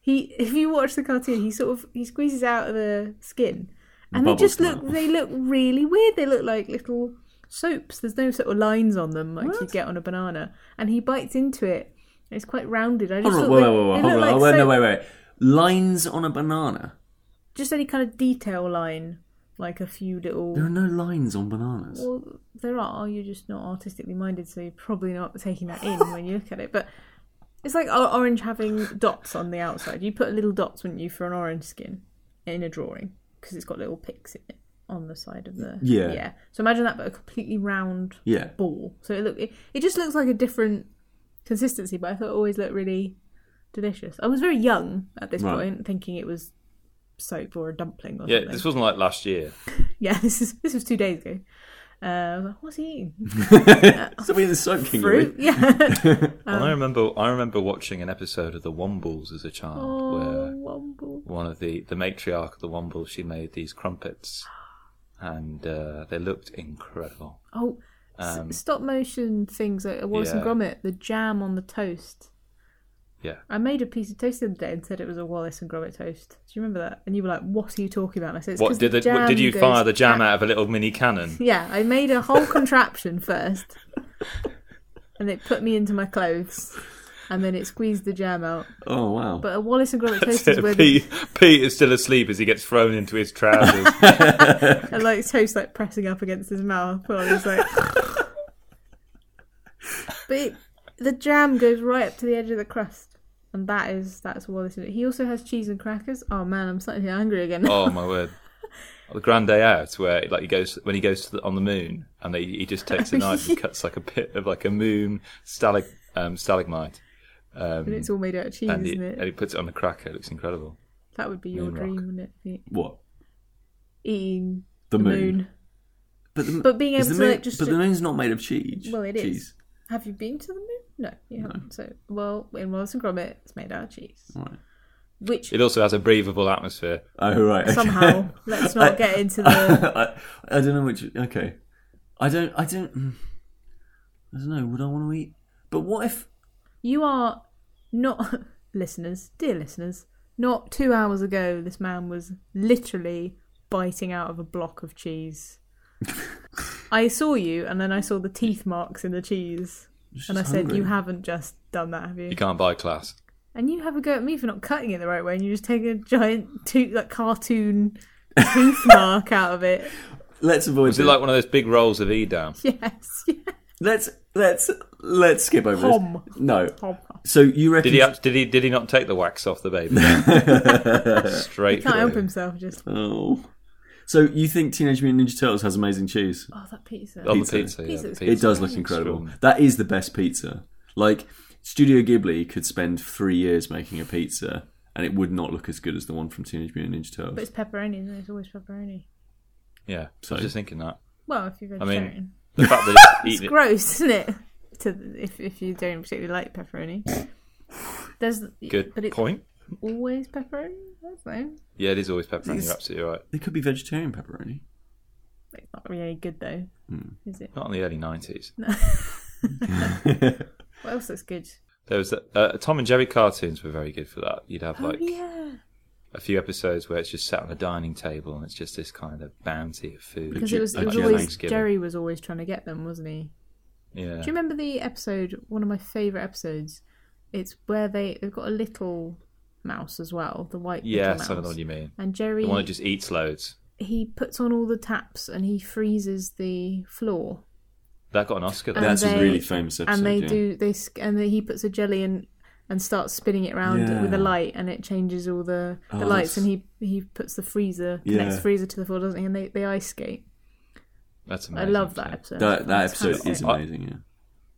He, if you watch the cartoon, he sort of he squeezes out of the skin, and they
Bubbles
just
come
look
out.
they look really weird. They look like little soaps. There's no sort of lines on them like you'd get on a banana. And he bites into it. and It's quite rounded. I just
Hold on,
thought
wait,
they,
wait, wait,
they
hold
look
on.
like
oh, wait, no,
soap.
wait, wait. Lines on a banana.
just any kind of detail line, like a few little.
There are no lines on bananas.
Well, there are. You're just not artistically minded, so you're probably not taking that in when you look at it. But it's like o- orange having dots on the outside. You put little dots, wouldn't you, for an orange skin in a drawing because it's got little picks in it on the side of the
Yeah.
yeah. So imagine that, but a completely round
yeah.
ball. So it look it, it just looks like a different consistency. But I thought it always looked really delicious. I was very young at this
Right.
point, thinking it was soap or a dumpling or
yeah.
something.
This wasn't like last year.
Yeah, this is this was two days ago. Uh, I was like, what's he eating?
So we're the soap king. are
fruit. Yeah.
I
Um,
remember I remember watching an episode of the Wombles as a child
oh,
where
Womble.
one of the the matriarch of the Wombles she made these crumpets, and uh, they looked incredible.
Oh, s- stop motion things like Wallace and
Um, yeah.
Gromit, the jam on the toast.
Yeah,
I made a piece of toast the other day and said it was a Wallace and Gromit toast. Do you remember that? And you were like, "What are you talking about?" And I said, it's
what
'cause
did
the
the, what, did
jam
you
goes
fire the jam
back."
out of a little mini cannon?
Yeah, I made a whole contraption first, and it put me into my clothes, and then it squeezed the jam out.
Oh wow.
But a Wallace and Gromit toast is where the
Pete, Pete is still asleep as he gets thrown into his trousers.
and like toast like pressing up against his mouth while he's like but it, the jam goes right up to the edge of the crust and that is that's Wallace in it. he also has cheese and crackers oh man I'm starting to get hungry again
Oh my word! The Grand Day Out, where like he goes when he goes to the, on the moon, and they, he just takes a knife and cuts like a bit of like a moon stalag, um, stalagmite, um,
and it's all made out of cheese
and, he,
isn't
and
it
he puts it on a cracker. It looks incredible.
that would be your
Moon rock.
dream wouldn't it
what?
eating
The
the moon.
moon. But, the,
But being
is
able
the
to,
moon,
like, just
But
to-
the moon's not made of cheese.
Well, it is.
cheese.
have you been to the moon no you haven't so well in Wallace and Gromit it's made out of cheese
Right.
which
It also has a breathable atmosphere.
Oh right. okay.
somehow let's
Uh,
not get into the
I, I don't know which. Okay. I don't. I don't. mm. I don't know. Would I want to eat? But what if?
You are not listeners, dear listeners. Not two hours ago, this man was literally biting out of a block of cheese. I saw you, and then I saw the teeth marks in the cheese, and I
just
said,
hungry.
"You haven't just done that, have you?"
You can't buy class.
And you have a go at me for not cutting it the right way, and you just take a giant tooth, like cartoon tooth mark out of it.
Let's avoid.
Is it
this.
like one of those big rolls of Edam?
Yes, yes.
Let's let's let's skip over
Hom.
this. No.
Can't
So you reckon?
Did he? act- Did he? Did he not take the wax off the baby? Straight. through.
help himself. Just
Oh. So you think Teenage Mutant Ninja Turtles has amazing cheese?
oh, that pizza.
on
Pizza.
the pizza. yeah,
Pizza
the
looks
pizza.
It does look
It's
incredible.
extraordinary.
That is the best pizza. Like Studio Ghibli could spend three years making a pizza, and it would not look as good as the one from Teenage Mutant Ninja Turtles.
But it's pepperoni. Isn't it? It's always pepperoni.
Yeah, so I was just thinking that
Well, if you're
mean,
vegetarian.
the fact that it's eaten,
gross, isn't it? To the, if if you don't particularly like pepperoni, there's
good
but it,
point.
always pepperoni? I don't know.
Yeah, it is always pepperoni.
It's-
You're absolutely right.
It could be vegetarian pepperoni.
It's not really any good though,
Hmm.
is it?
Not in the early nineties.
What else looks good?
There was that, uh, Tom and Jerry cartoons were very good for that. You'd have
Oh
like
yeah,
a few episodes where it's just sat on a dining table and it's just this kind of bounty of food.
because
Jer-
it was,
a
it was
Jerry
always
Thanksgiving.
Jerry was always trying to get them, wasn't he?
Yeah,
Do you remember the episode? One of my favorite episodes. It's where they they've got a little mouse as well, the white little
yeah,
mouse.
I know what you mean.
And Jerry
The one that just eats loads.
he puts on all the taps and he freezes the floor.
That got an Oscar. Though.
And
That's
they-
a really famous episode.
and they
yeah.
do they sc- and then he puts a jelly in and starts spinning it around
Yeah.
with a light and it changes all the, the
Oh,
lights
that's-
and he he puts the freezer connects
Yeah.
freezer to the floor doesn't he and they, they ice skate
That's
i
amazing.
love
too.
that episode
That that episode
Fantastic.
is amazing. Yeah.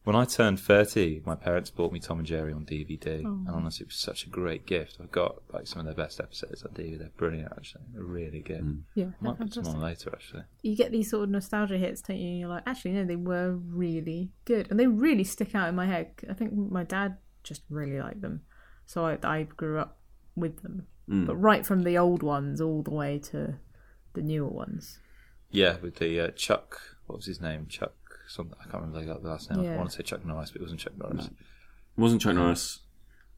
When I turned 30, my parents bought me Tom and Jerry on DVD. And honestly, it was such a great gift. I've got like some of their best episodes on DVD. They're brilliant, actually. They're really good.
Mm.
yeah
I might put some
fantastic.
on later, actually.
you get these sort of nostalgia hits don't you and you're like actually no they were really good and they really stick out in my head i think my dad just really liked them so i, I grew up with them
Mm.
but right from the old ones all the way to the newer ones
Yeah, with the uh, Chuck, what was his name? Chuck something. I can't remember the- the last name.
Yeah.
I want to say Chuck Norris, but it wasn't Chuck Norris.
It wasn't Chuck Norris.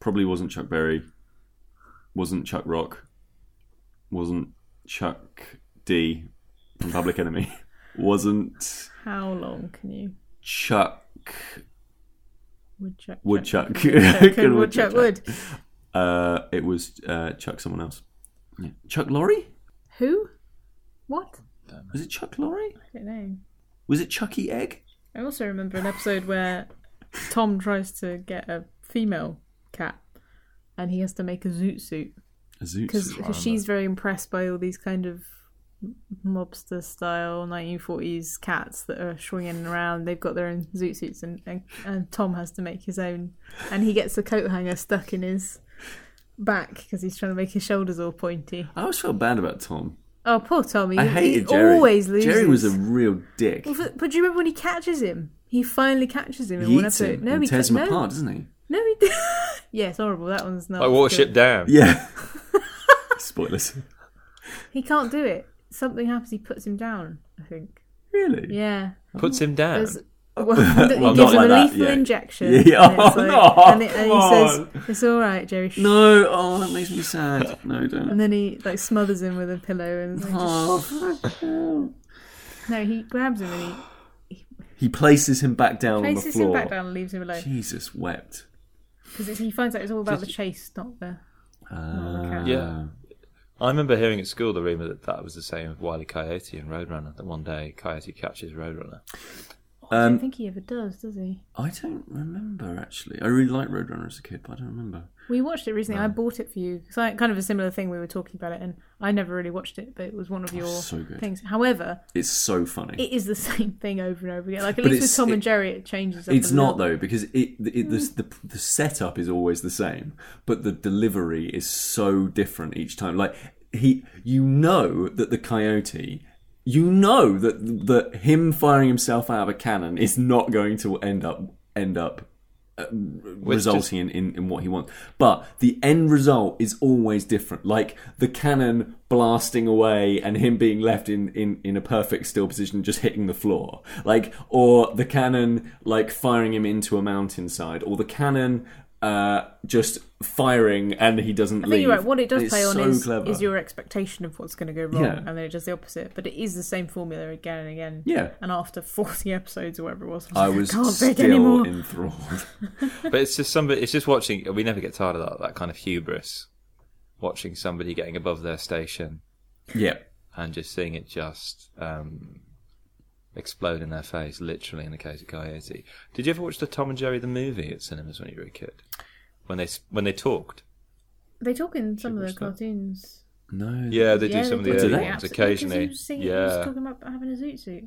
Probably wasn't Chuck Berry. Wasn't Chuck Rock. Wasn't Chuck D from Public Enemy. wasn't
how long can you
Chuck
Woodchuck.
Woodchuck.
Chuck.
Good
Woodchuck, Woodchuck Wood.
Uh, it was uh, Chuck someone else. Yeah. Chuck Lorre?
Who? What?
Was it Chuck Lorre?
I don't know.
Was it Chucky Egg?
I also remember an episode where Tom tries to get a female cat and he has to make a zoot suit
A Zoot
because
suit.
she's very impressed by all these kind of mobster style 1940s cats that are swinging around they've got their own zoot suits and, and, and tom has to make his own and he gets the coat hanger stuck in his back because he's trying to make his shoulders all pointy
I always felt bad about Tom.
Oh, poor Tommy.
I
He-
hated
he
Jerry.
always loses.
Jerry was a real dick.
Well, But, but do you remember when he catches him? He finally catches him in
He
one
eats
episode.
him
no,
and
he
tears
ca-
him
no,
apart, doesn't he?
No, he did. yeah, it's horrible. That one's not.
Like Watership
good.
Down.
Yeah. Spoilers.
He can't do it. Something happens. He puts him down. I think.
Really?
Yeah.
Puts him down.
There's- Well, he
not
gives him
like
a
that,
lethal
yeah.
injection.
Yeah, yeah.
and it's
Oh, no,
and, it- and
come
he says, "It's all right, Jerry." Shh.
No, oh, that makes me sad. No, don't.
And then he like smothers him with a pillow and like,
Oh.
just- no, he grabs him and
He places him back down
he
on the
places him
floor.
back down and leaves him alone
Jesus wept.
because he finds out it's all about the chase, not the.
Uh,
not the cat.
Yeah. I remember hearing at school the rumor that that was the same with Wile E. Coyote and Roadrunner, that one day Coyote catches Roadrunner.
I don't
Um,
think he ever does, does he?
I don't remember actually. I really liked Roadrunner as a kid, but I don't remember.
We watched it recently. I bought it for you because kind of a similar thing. We were talking about it, and I never really watched it, but it was one of your
so good.
things. However,
It's so funny.
it is the same thing over and over again. Like at
But
least with
it's-
Tom
it-
and Jerry, it changes. Up
it's
a
not
little.
though because it, it the, the the setup is always the same, but the delivery is so different each time. Like he, you know that the coyote, you know that that him firing himself out of a cannon is not going to end up end up resulting in, in, in what he wants. But the end result is always different. Like the cannon blasting away and him being left in, in, in a perfect still position, just hitting the floor. Like, or the cannon like firing him into a mountainside, or the cannon uh, just firing and he doesn't
I think
leave.
you're right. What it does
It's
play on
so
is,
clever.
is your expectation of what's going to go wrong,
Yeah.
and then it does the opposite. But it is the same formula again and again.
Yeah.
And after 40 episodes or whatever it was, I,
I
like,
was
I can't take
still
anymore.
enthralled.
But it's just somebody, it's just watching, we never get tired of that, that kind of hubris. Watching somebody getting above their station
yeah.
and just seeing it just um, explode in their face, literally in the case of Coyote. Did you ever watch the Tom and Jerry the movie at cinemas when you were a kid? When they s- when they talked,
They talk in some of the
watch that.
cartoons.
No.
yeah, they
Yeah,
do some of
they
the
do.
early
Do they?
ones
Absolutely, 'cause
occasionally.
He was singing, he was
yeah,
talking about having a zoot suit.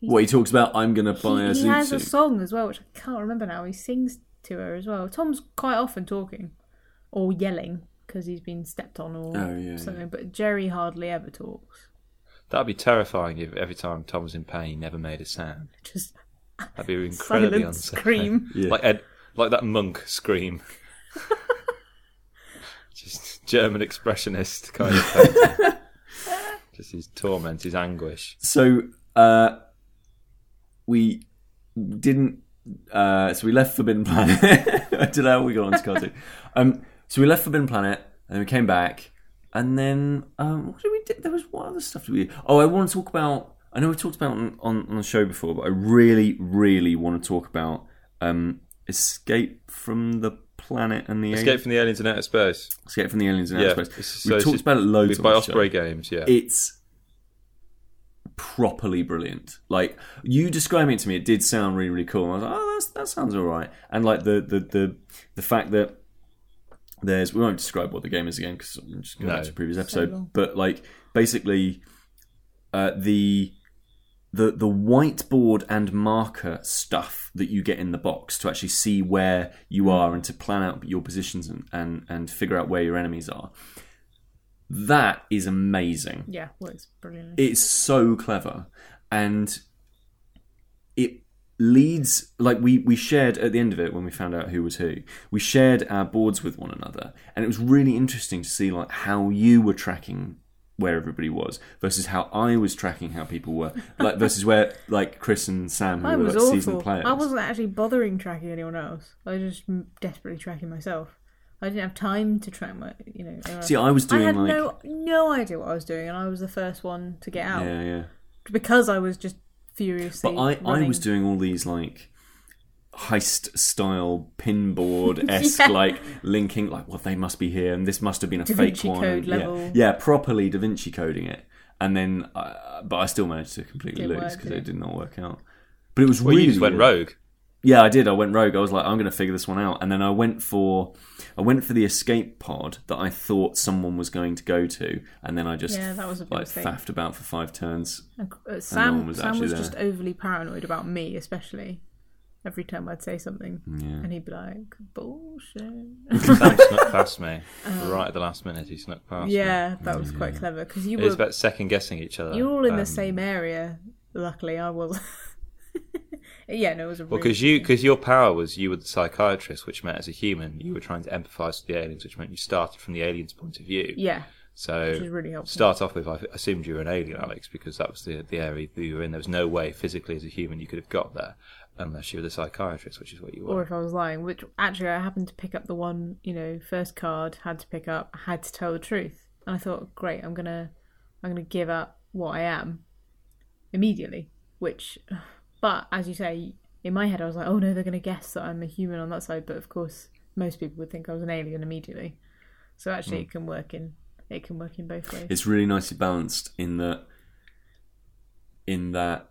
He's
What he talks about, I'm gonna buy a
he, he
zoot
has a
suit.
song as well, which I can't remember now. He sings to her as well. Tom's quite often talking or yelling because he's been stepped on or
Oh, yeah,
something, but Jerry hardly ever talks.
that'd be terrifying if every time Tom was in pain, he never made a sound.
Just
That'd be incredibly
silent
unsettling.
scream.
Yeah.
like Ed, like that monk scream. German expressionist kind of thing. Just his torment, his anguish.
So uh, we didn't. Uh, so we left Forbidden Planet. I don't know how we got onto cartoon. Um, so we left Forbidden Planet, and then we came back, and then um, what did we do? There was what other stuff did we? Do? Oh, I want to talk about. I know we talked about on, on, on the show before, but I really, really want to talk about um, Escape from the Planet and the
Escape from the aliens and outer space.
Escape from the Aliens and
yeah,
Outer
it's-
Space.
so
We
it's
talked
just-
about it loads.
by
on the show.
Osprey Games. Yeah,
it's properly brilliant. Like you describing it to me, it did sound really, really cool. And I was like, oh, that's, that sounds all right. And like the the the the fact that there's we won't describe what the game is again because I'm just going
No.
back to a previous episode. but like basically, uh, the the the whiteboard and marker stuff that you get in the box to actually see where you are and to plan out your positions and and, and figure out where your enemies are. That is amazing
Yeah, works brilliantly.
it's so clever and it leads like we we shared at the end of it when we found out who was who we shared our boards with one another and it was really interesting to see like how you were tracking where everybody was versus how I was tracking how people were like versus where like Chris and Sam who
I
were
was
like seasoned
awful.
players
I wasn't actually bothering tracking anyone else. I was just m- desperately tracking myself. I didn't have time to track my, you know. anyone
see
else.
I was
I
doing
had
like
no no idea what I was doing, and I was the first one to get out
yeah yeah
because I was just furiously.
But I, I
running.
was doing all these like heist style pinboard esque
Yeah.
like linking like well they must be here and this must have been a
Da
fake
Vinci
one
Code
yeah.
level.
yeah properly Da Vinci coding it and then I, but I still managed to completely
Didn't
lose
work,
because
did
it
it?
did not work out but it was
well,
really
you just went
good.
rogue.
yeah I did I went rogue I was like I'm gonna figure this one out and then I went for I went for the escape pod that I thought someone was going to go to and then I just
Yeah, that was a big
like
mistake.
faffed about for five turns
And, uh,
one
Sam
was
Sam
actually
was
there.
just overly paranoid about me, especially. Every time I'd say something, and he'd be like, "Bullshit."
Sam snuck past me
Uh,
right at the last minute. He snuck past. me.
yeah, that was quite clever because you
it was
were
about second guessing each other.
you were all in the
Um,
same area. Luckily, I was. yeah, no, it was a
Well,
really-
because you because your power was you were the psychiatrist, which meant as a human you were trying to empathise with the aliens, which meant you started from the aliens' point of view.
yeah,
So
which is really helpful.
start off with I assumed you were an alien, Alex, because that was the the area that you were in. There was no way physically as a human you could have got there unless you were the psychiatrist, which is what you were.
or if I was lying, which actually I happened to pick up the one, you know, first card had to pick up, had to tell the truth. And I thought, great, I'm gonna I'm gonna give up what I am immediately. Which but as you say, in my head I was like, Oh no, they're gonna guess that I'm a human on that side, but of course most people would think I was an alien immediately. So actually it can work in it can work in both ways.
it's really nicely balanced in that in that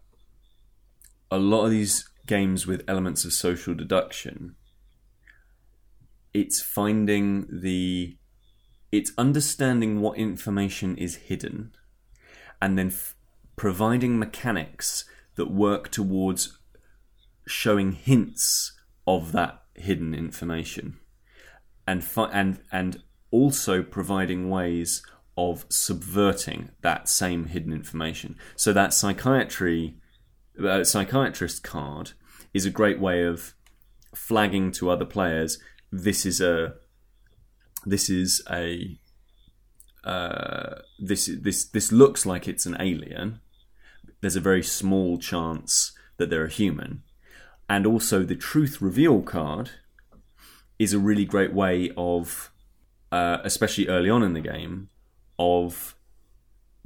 a lot of these games with elements of social deduction it's finding the it's understanding what information is hidden and then f- providing mechanics that work towards showing hints of that hidden information and fi- and and also providing ways of subverting that same hidden information. So that psychiatry uh, psychiatrist card is a great way of flagging to other players this is a this is a uh, this this this looks like it's an alien. There's a very small chance that they're a human, and also the truth reveal card is a really great way of, uh, especially early on in the game, of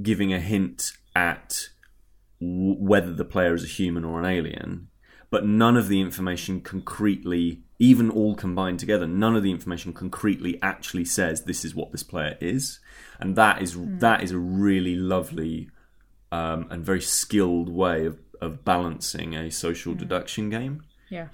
giving a hint at w- whether the player is a human or an alien. But none of the information concretely, even all combined together, none of the information concretely actually says this is what this player is, and that is that is a really lovely um, and very skilled way of, of balancing a social deduction game.
Yeah.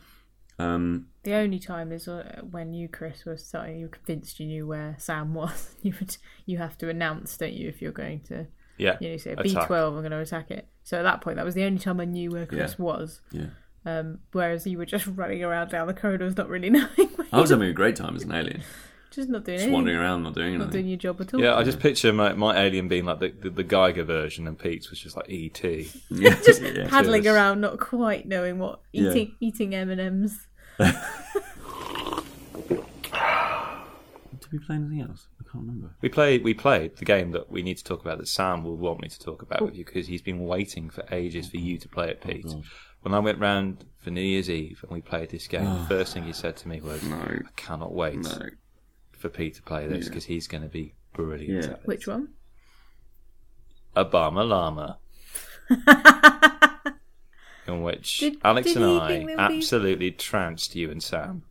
Um,
The only time is uh, when you, Chris, were starting. You were convinced you knew where Sam was. You would, you have to announce, don't you, if you're going to,
yeah,
you know, say B
attack.
twelve. I'm going to attack it. So at that point, that was the only time I knew where Chris
Yeah.
was.
Yeah.
Um, whereas you were just running around down the corridors, not really knowing, where
I was having a great time as an alien,
just not doing
just
anything,
wandering around, not doing
not doing
anything.
your job at all.
Yeah, I just picture my, my alien being like the, the, the Geiger version, and Pete's was just like E ET.
Yeah,
just
yeah.
paddling
Cheers.
around, not quite knowing what
Yeah.
eating, eating M and M's.
Did we play anything else? I can't remember.
We played we played the game that we need to talk about that Sam will want me to talk about with you because he's been waiting for ages for you to play it, Pete.
God.
when I went round for New Year's Eve and we played this game, the first thing he said to me was,
No.
"I cannot wait
No.
for Pete to play this
Yeah.
because he's going to be brilliant."
Yeah.
at it."
Which one?
Obama Llama, in which
Did-
Alex
did
and
he
I
think we'll be-
absolutely trounced you and Sam.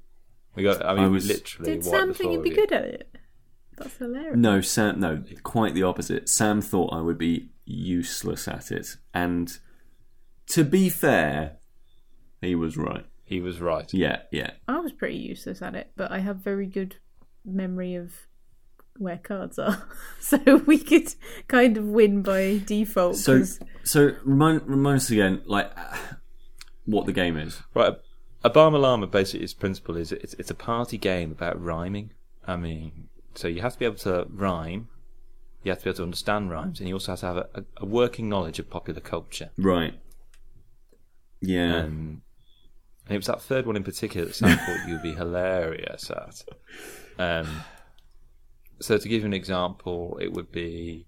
We got. I mean,
I
we
was-
literally.
Did
wiped the
Sam think
floor
you'd
with
be
you.
good at it? That's hilarious.
No, Sam. No, quite the opposite. Sam thought I would be useless at it, and to be fair, he was right.
He was right.
Yeah, yeah.
I was pretty useless at it, but I have very good memory of where cards are, so we could kind of win by default.
So,
'cause-
so remind remind us again, like what the game is.
Right, Obama Llama basically its principle is it's, it's a party game about rhyming. I mean, so you have to be able to rhyme, you have to be able to understand rhymes, and you also have to have a, a, a working knowledge of popular culture.
Right. Yeah.
Um, and it was that third one in particular that Sam thought you'd be hilarious at. Um, so to give you an example, it would be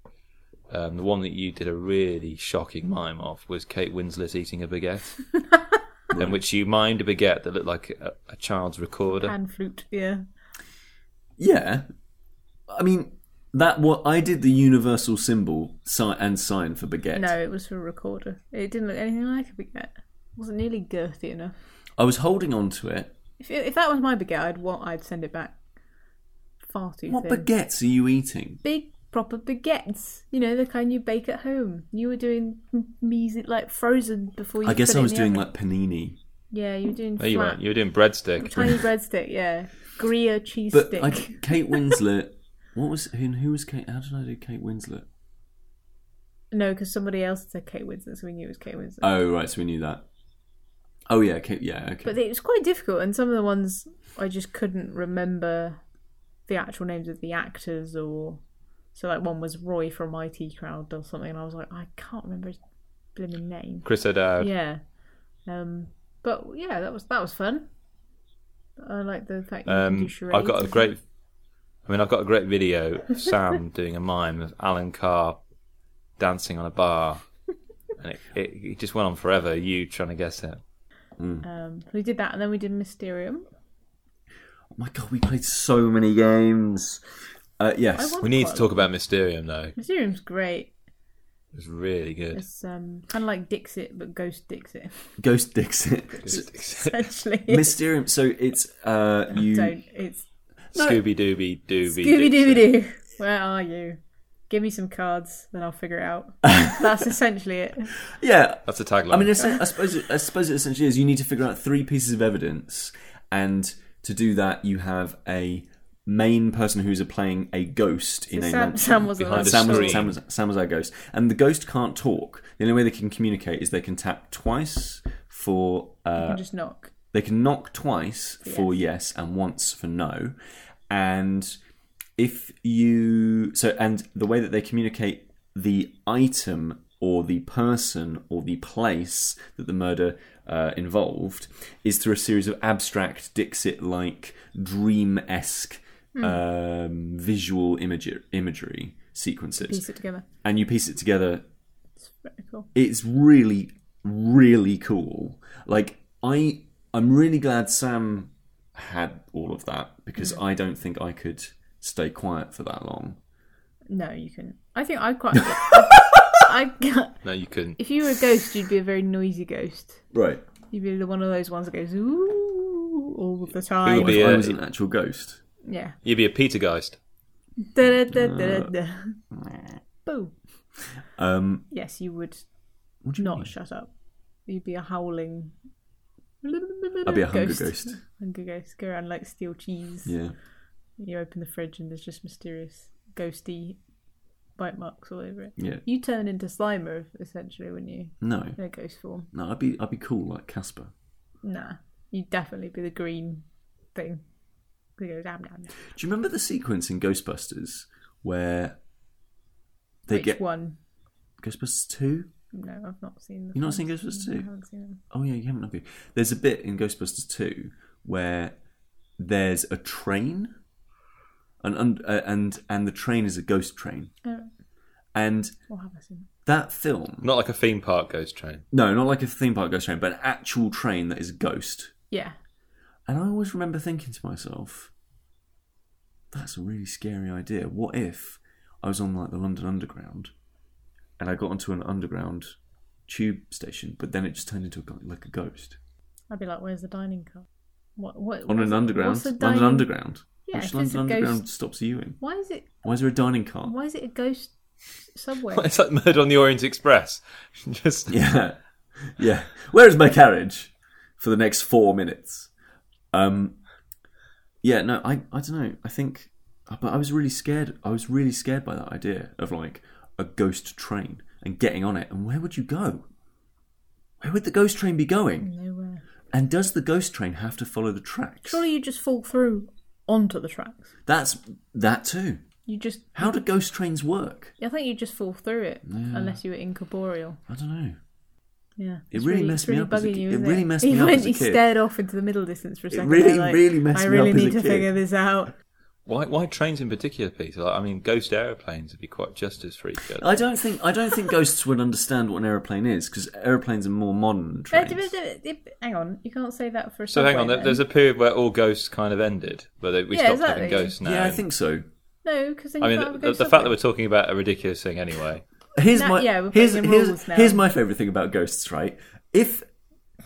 um, the one that you did a really shocking mime of was Kate Winslet eating a baguette, in which you mimed a baguette that looked like a, a child's recorder.
and flute, yeah.
Yeah. I mean, that what I did the universal symbol si- and sign for baguette.
No, it was for a recorder. It didn't look anything like a baguette. It wasn't nearly girthy enough.
I was holding on to it.
If, if that was my baguette, I'd want. I'd send it back. Far too
What
thin.
baguettes are you eating?
Big proper baguettes. You know the kind you bake at home. You were doing measly, like frozen before you.
I guess
put it
I
in
was
the
doing
oven.
like panini.
Yeah, you were doing.
No, you
flat,
weren't. You were doing breadstick.
Tiny breadstick. Yeah, Gruyere cheese
But
stick.
like Kate Winslet. What was who, who was Kate? How did I do Kate Winslet?
No, because somebody else said Kate Winslet, so we knew it was Kate Winslet.
Oh right, so we knew that. Oh yeah, Kate, yeah, okay.
but it was quite difficult, and some of the ones I just couldn't remember the actual names of the actors, or so like one was Roy from IT Crowd or something, and I was like, I can't remember his blooming name.
Chris uh, O'Dowd.
Yeah, um, but yeah, that was that was fun. I like the fact you can
Um,
do charades.
I've got a
and
great.
stuff.
I mean, I've got a great video of Sam doing a mime of Alan Carr dancing on a bar, and it, it, it just went on forever. You trying to guess it?
Um, we did that, and then we did Mysterium.
oh my god, we played so many games. Uh,
I
yes,
want
We need
quite
to
a
talk about Mysterium though.
lot. Mysterium's great.
It's really good.
It's um, kind of like Dixit, but Ghost Dixit,
Ghost Dixit,
essentially.
Mysterium. So it's uh, you.
Don't. It's
Scooby Dooby Dooby.
Scooby Dooby
Dixit.
Doo. Where are you? Give me some cards, then I'll figure it out. That's essentially it.
Yeah,
That's the tagline.
I mean, it's- I suppose it, I suppose it essentially is you need to figure out three pieces of evidence, and to do that, you have a main person who's playing a ghost in a
Sam,
mansion.
Sam was
Behind
alive.
the
Sam was,
screen.
Sam, was, Sam was our ghost, and the ghost can't talk. The only way they can communicate is they can tap twice for uh,
just knock.
they can knock twice for yes and once for no, and if you so and the way that they communicate the item or the person or the place that the murder uh, involved is through a series of abstract Dixit like dream esque um, visual imager- imagery sequences
Piece it together.
and you piece it together
It's very cool.
it's really really cool like i i'm really glad sam had all of that because i don't think i could stay quiet for that long
No, you can. I think I quite. I,
no, you couldn't.
if you were a ghost, you'd be a very noisy ghost.
right
You'd be the one of those ones that goes ooh all of the
It
time.
would be
i
a,
was an actual ghost
Yeah.
you'd be a Uh, Petergeist.
Da, da, da, da, da. Boo.
um
Yes, you would
what do you
not
mean?
shut up. You'd be a howling.
i'd be a hunger ghost
Hunger ghost. Go around like steal cheese.
yeah
You open the fridge and there's just mysterious ghosty bite marks all over it.
yeah
You turn into Slimer essentially, wouldn't you?
no
In a ghost form.
no i'd be i'd be cool like casper
Nah. You'd definitely be the green thing. They go damn damn.
do you remember the sequence in ghostbusters where they
Which
get
one?
ghostbusters 2
No, I've not seen the
You've not
first
seen Ghostbusters
one. I
2?
haven't seen them.
Oh yeah, you haven't. Have you? There's a bit in Ghostbusters Two where there's a train, and and uh, and, and the train is a ghost train,
Oh,
and
what have I seen?
that film.
Not like a theme park ghost train.
No, not like a theme park ghost train, but an actual train that is a ghost.
Yeah.
And I always remember thinking to myself, that's a really scary idea. What if I was on like the London Underground and I got onto an underground tube station, but then it just turned into a, go- like a ghost
I'd be like, where's the dining car? What? What?
on
what's-
an underground,
what's the
London
dining-
Underground.
Yeah, if
Which
it's
London
a
Underground
ghost-
stops at Ewing?
Why is it?
Why is there a dining car?
Why is it a ghost subway?
It's like Murder on the Orient Express. Just
Yeah, yeah. Where is my carriage for the next four minutes? Um, yeah, no, I, I don't know. I think, but I was really scared. I was really scared by that idea of like a ghost train and getting on it. And where would you go? Where would the ghost train be going?
Nowhere.
And does the ghost train have to follow the tracks?
Surely you just fall through onto the tracks.
That's that too.
You just.
How do ghost trains work?
I think you just fall through it unless you were incorporeal.
I don't know.
Yeah.
It
It's
really messed
it's
me
really
up as a
bugging
ki-
you,
it
isn't
really messed me
Even
up
when
as a
you
kid.
stared off into the middle distance for a
It
second.
really,
they're like,
really messed
I
me up
really
as a
need to
kid.
figure this out.
why? Why trains in particular, Peter? Like, I mean, ghost aeroplanes would be quite just as freaky.
I don't think I don't think ghosts would understand what an airplane is because airplanes are more modern than
But-
trains.
but- but- it- Hang on, you can't say that for a
So hang on,
subway
there- there's a
then.
period where all ghosts kind of ended, but we
Yeah,
stopped
exactly.
having ghosts now.
Yeah, I think so.
no because then
I
you
mean,
can't
the,
have a
the,
ghost
fact that
subway.
we're talking about a ridiculous thing anyway.
Here's
Now-
my
yeah, we're
here's
putting in
here's,
rules now.
here's my favorite thing about ghosts. Right, if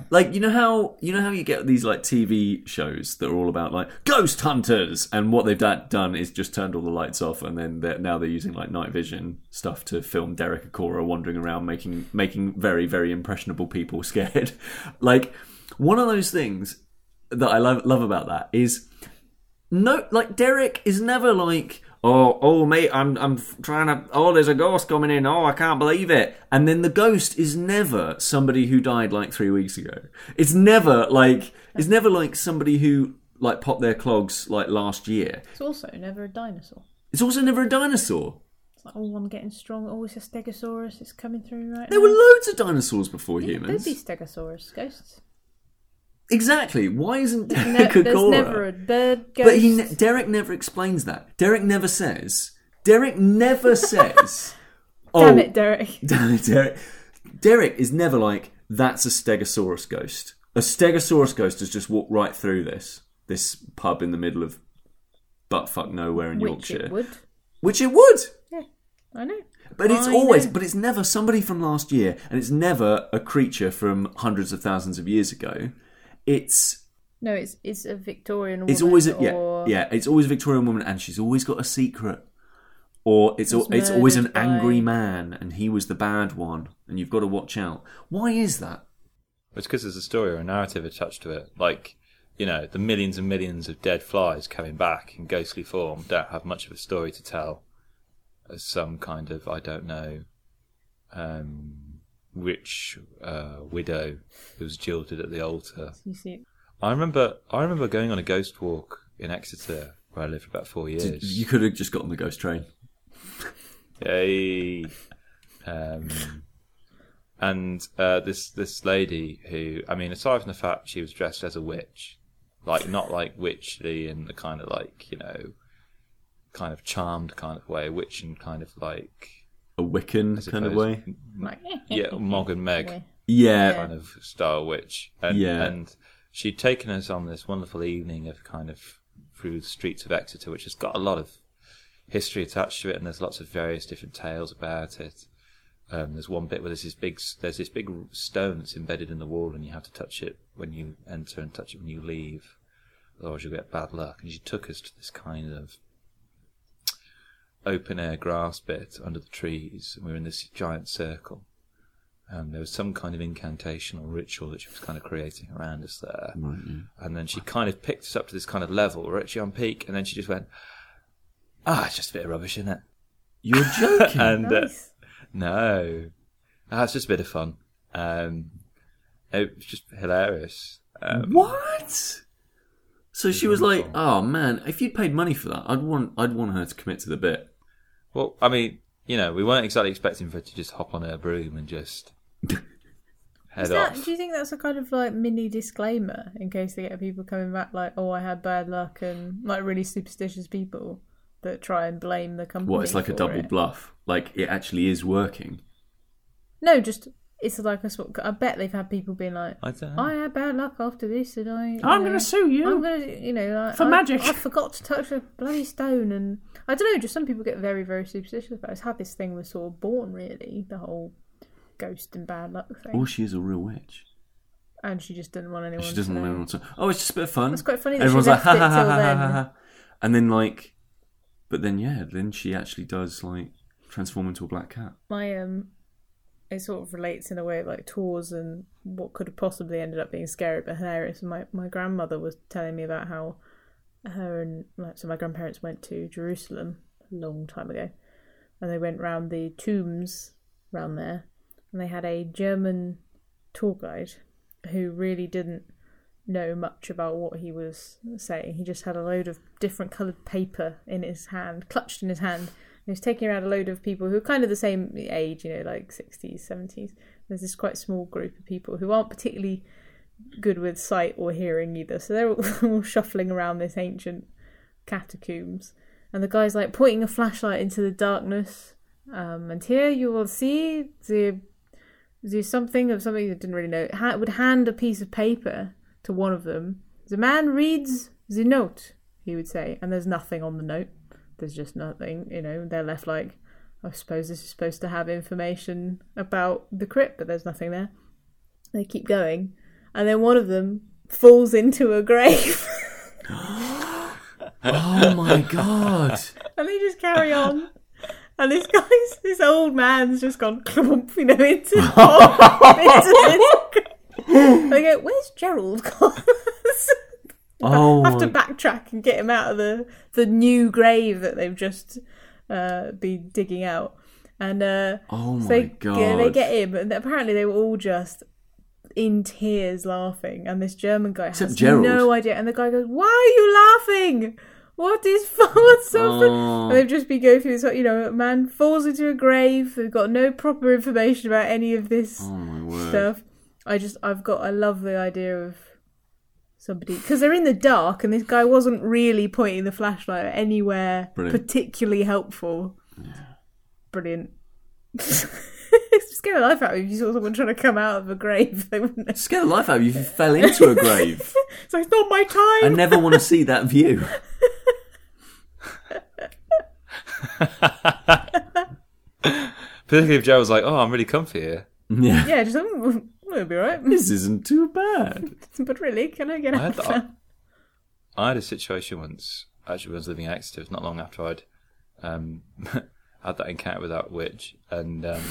like you know how you know how you get these like TV shows that are all about like ghost hunters, and what they've done, done is just turned all the lights off, and then they're, now they're using like night vision stuff to film Derek Akora wandering around making making very very impressionable people scared. like one of those things that I love love about that is no like Derek is never like oh oh mate I'm I'm trying to oh there's a ghost coming in oh I can't believe it and then the ghost is never somebody who died like 3 weeks ago it's never like it's never like somebody who like popped their clogs like last year
it's also never a dinosaur.
it's also never a dinosaur
It's like, oh, I'm getting strong. Oh, it's a stegosaurus. It's coming through right
there
now.
were loads of dinosaurs before humans
There'd be stegosaurus ghosts.
exactly why isn't
No,
Derek a
there's
Gora?
never a bird ghost.
But he ne- Derek never explains that. Derek never says. Derek never says. "Oh,
Damn it, Derek.
Damn it, Derek. Derek is never like that's a Stegosaurus ghost. A Stegosaurus ghost has just walked right through this this pub in the middle of buttfuck nowhere in
Which
Yorkshire,
it would.
which it would.
Yeah, I know.
But it's
I
always,
know.
but it's never somebody from last year, and it's never a creature from hundreds of thousands of years ago. It's
No, it's it's a Victorian woman.
It's always a, yeah,
or...
yeah. It's always a Victorian woman, and she's always got a secret. Or it's
Was
al- it's always an
murdered by-
angry man, and he was the bad one, and you've got to watch out. Why is that?
It's because there's a story or a narrative attached to it. Like, you know, the millions and millions of dead flies coming back in ghostly form don't have much of a story to tell as some kind of, I don't know, um, rich uh, widow who was jilted at the altar.
You see,
I remember, I remember going on a ghost walk in Exeter where I lived for about four
Did-
years.
You could have just got on the ghost train.
Hey. Um, and uh, this this lady who, I mean, aside from the fact she was dressed as a witch, like not like witchly in the kind of like you know, kind of charmed kind of way, witch in kind of like
A Wiccan
I
kind of
suppose,
way.
like
yeah, Mog and Meg
Yeah,
kind of style witch. And,
Yeah.
and she'd taken us on this wonderful evening of kind of through the streets of Exeter, which has got a lot of history attached to it, and there's lots of various different tales about it. Um, there's one bit where there's this big there's this big stone that's embedded in the wall, and you have to touch it when you enter and touch it when you leave, otherwise you'll get bad luck. And she took us to this kind of open air grass bit under the trees, and we were in this giant circle. Um, there was some kind of incantation or ritual that she was kind of creating around us there. And then she kind of picked us up to this kind of level. We're actually on peak, and then she just went, "Ah, it's just a bit of rubbish, isn't it?"
you're joking.
And uh,
Nice.
no, ah, it's just a bit of fun. Um, it was just hilarious. Um,
what? So she was like, "Oh man, if you'd paid money for that, I'd want I'd want her to commit to the bit."
well, I mean, you know, we weren't exactly expecting for her to just hop on her broom and just head
Is that,
off.
do you think that's a kind of like mini disclaimer in case they get people coming back like, oh, I had bad luck and like really superstitious people? that try and blame the company.
What? It's like a
for
double
it.
bluff. Like it actually is working.
No, just it's like a sort. I bet they've had people being like,
I don't know.
"I had bad luck after this, and I." you
I'm
know,
going to sue you.
I'm gonna, you know, like,
For
I,
magic.
I forgot to touch a bloody stone, and I don't know. Just some people get very, very superstitious about. It. It's how this thing was sort of born, really. The whole ghost and bad luck thing,
Oh,
Or Oh, she is a real witch.
and she just didn't want anyone.
She doesn't
to
want
know.
anyone to. Oh, it's just a bit of fun.
That's quite funny that she
Everyone's
left
like,
it
ha ha
till
ha ha ha
then."
ha. And then like, but then yeah, then she actually does like transform into a black cat.
my um it sort of relates in a way like tours and what could have possibly ended up being scary but hilarious my my grandmother was telling me about how her and like so my grandparents went to jerusalem a long time ago and they went round the tombs round there and they had a german tour guide who really didn't know much about what he was saying. He just had a load of different coloured paper in his hand, clutched in his hand. And he was taking around a load of people who are kind of the same age, you know, like 60s, 70s. There's this quite small group of people who aren't particularly good with sight or hearing either. So they're all, all shuffling around this ancient catacombs. And the guy's like pointing a flashlight into the darkness. Um, and here you will see the do something of something that didn't really know. Ha- would hand a piece of paper to one of them. The man reads the note, he would say, and there's nothing on the note. There's just nothing, you know. They're left like, I suppose this is supposed to have information about the crypt, but there's nothing there. They keep going, and then one of them falls into a grave,
Oh my god!
and they just carry on. And this guy's, this old man's just gone, clump, you know, into, into this. And they go, where's Gerald gone?
Oh,
have to
my,
backtrack and get him out of the the new grave that they've just uh, been digging out. And uh,
oh
so
my
they,
god!
yeah, they get him, and apparently they were all just in tears laughing. And this German guy
Except
has
Gerald.
no idea. And the guy goes, "Why are you laughing? What is what's so funny?"
Oh.
And they've just been going through this. You know, a man falls into a grave. They've got no proper information about any of this
Oh my word!
stuff. I just I've got I love the idea of somebody because they're in the dark and this guy wasn't really pointing the flashlight anywhere
Brilliant.
particularly helpful. Brilliant. it's scare the life out of you if you saw someone trying to come out of a grave. They wouldn't. It's
Scare the life out of you if you fell into a grave.
like it's not my
I
time.
never want to see that view.
Particularly if Joe was like, "Oh, I'm really comfy here."
Yeah.
Yeah, just um, it'll be alright.
This isn't too bad.
But really, can I get
I had
out?
that. I had a situation once. Actually, when I was living in Exeter, it was not long after I'd um, had that encounter with that witch, and um,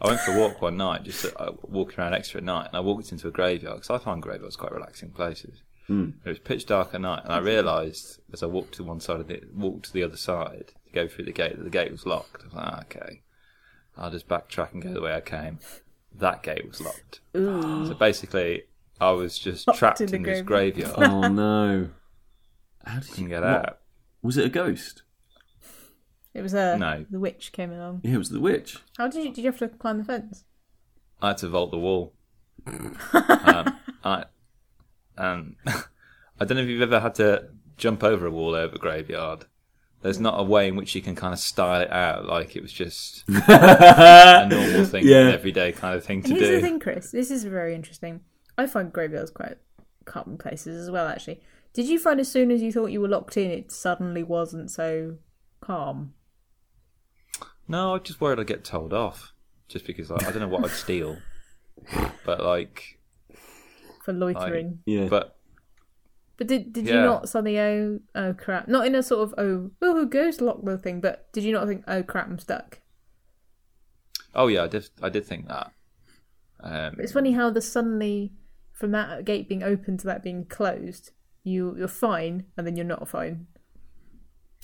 I went for a walk one night, just uh, walking around Exeter at night, and I walked into a graveyard because I find graveyards quite relaxing places. It was pitch dark at night, and I realised as I walked to one side of the walked to the other side to go through the gate that the gate was locked. I was like, "Ah, okay, I'll just backtrack and go the way I came. That gate was locked. So basically, I was just
Locked
trapped
in the
in this
graveyard.
graveyard
Oh no! How did you
can get
what-
out.
Was it a ghost?
It was uh,
No.
the witch came along.
Yeah, it was the witch.
How did you did you have to climb the fence?
I had to vault the wall. um, I, um, I don't know if you've ever had to jump over a wall over a graveyard. There's not a way in which you can kind of style it out like it was just a normal thing,
Yeah.
everyday kind of thing to
Here's
do.
the thing, Chris. This is very interesting. I find graveyards quite common places as well, actually. Did you find as soon as you thought you were locked in, it suddenly wasn't so calm?
No, I'm just worried I'd get told off just because like, I don't know what I'd steal, but like,
For loitering,
Yeah.
but
but did did you
Yeah.
not suddenly oh oh crap? Not in a sort of oh oh ghost lock the thing, but did you not think oh crap I'm stuck?
oh yeah, I did. I did think that. Um,
It's funny how the suddenly from that gate being open to that being closed, you you're fine and then you're not fine.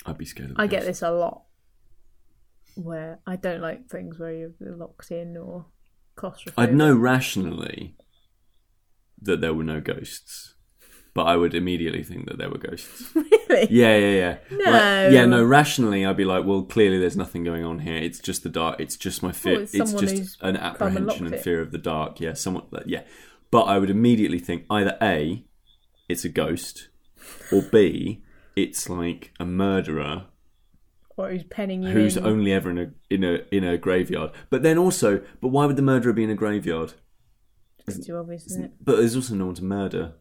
I'd be scared of the
I get
ghost.
this a lot. Where I don't like things where you're locked in or claustrophobic.
I'd know rationally that there were no ghosts, but I would immediately think that there were ghosts.
Really?
Yeah, yeah, yeah.
No.
Like, yeah, no. Rationally, I'd be like, well, clearly there's nothing going on here. It's just the dark. It's just my fear.
Oh, it's
it's
someone who's
just an
come and
apprehension
locked
and
it.
fear of the dark. Yeah, somewhat. like, Yeah, but I would immediately think either a, it's a ghost, or b, it's like a murderer
or who's penning you.
who's
in.
only ever in a in a in a graveyard. But then also, but why would the murderer be in a graveyard?
It's too obvious, isn't it?
But there's also no one to murder.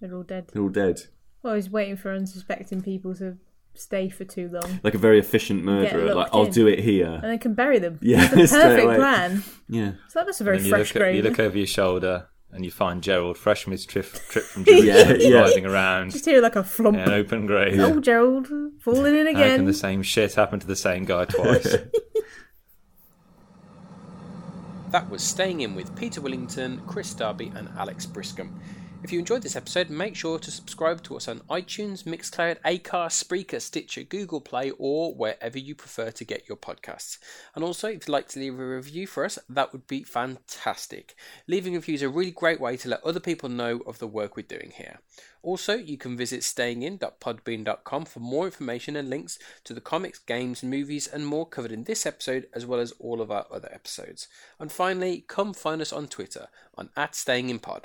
They're all dead.
They're all dead.
Well, he's waiting for unsuspecting people to stay for too long,
Like a very efficient murderer.
locked
Like I'll
in.
do it here.
and they can bury them.
Yeah,
That's a
straight
perfect
away.
plan.
Yeah.
So that was a very
and you
fresh
look, at, you
grave.
look over your shoulder and you find Gerald fresh from his trip, trip from Jerusalem,
Yeah, yeah.
driving around
Just hear like a flump.
in an open grave.
Oh, Gerald, falling in
How can
again.
the same shit happen to the same guy twice?
That was Staying In with Peter Willington, Chris Darby, and Alex Briscombe. If you enjoyed this episode, make sure to subscribe to us on iTunes, Mixcloud, Acast, Spreaker, Stitcher, Google Play, or wherever you prefer to get your podcasts. And also, if you'd like to leave a review for us, that would be fantastic. Leaving reviews are a really great way to let other people know of the work we're doing here. Also, you can visit stayingin.podbean.com for more information and links to the comics, games, movies, and more covered in this episode, as well as all of our other episodes. And finally, come find us on Twitter on at stayinginpod.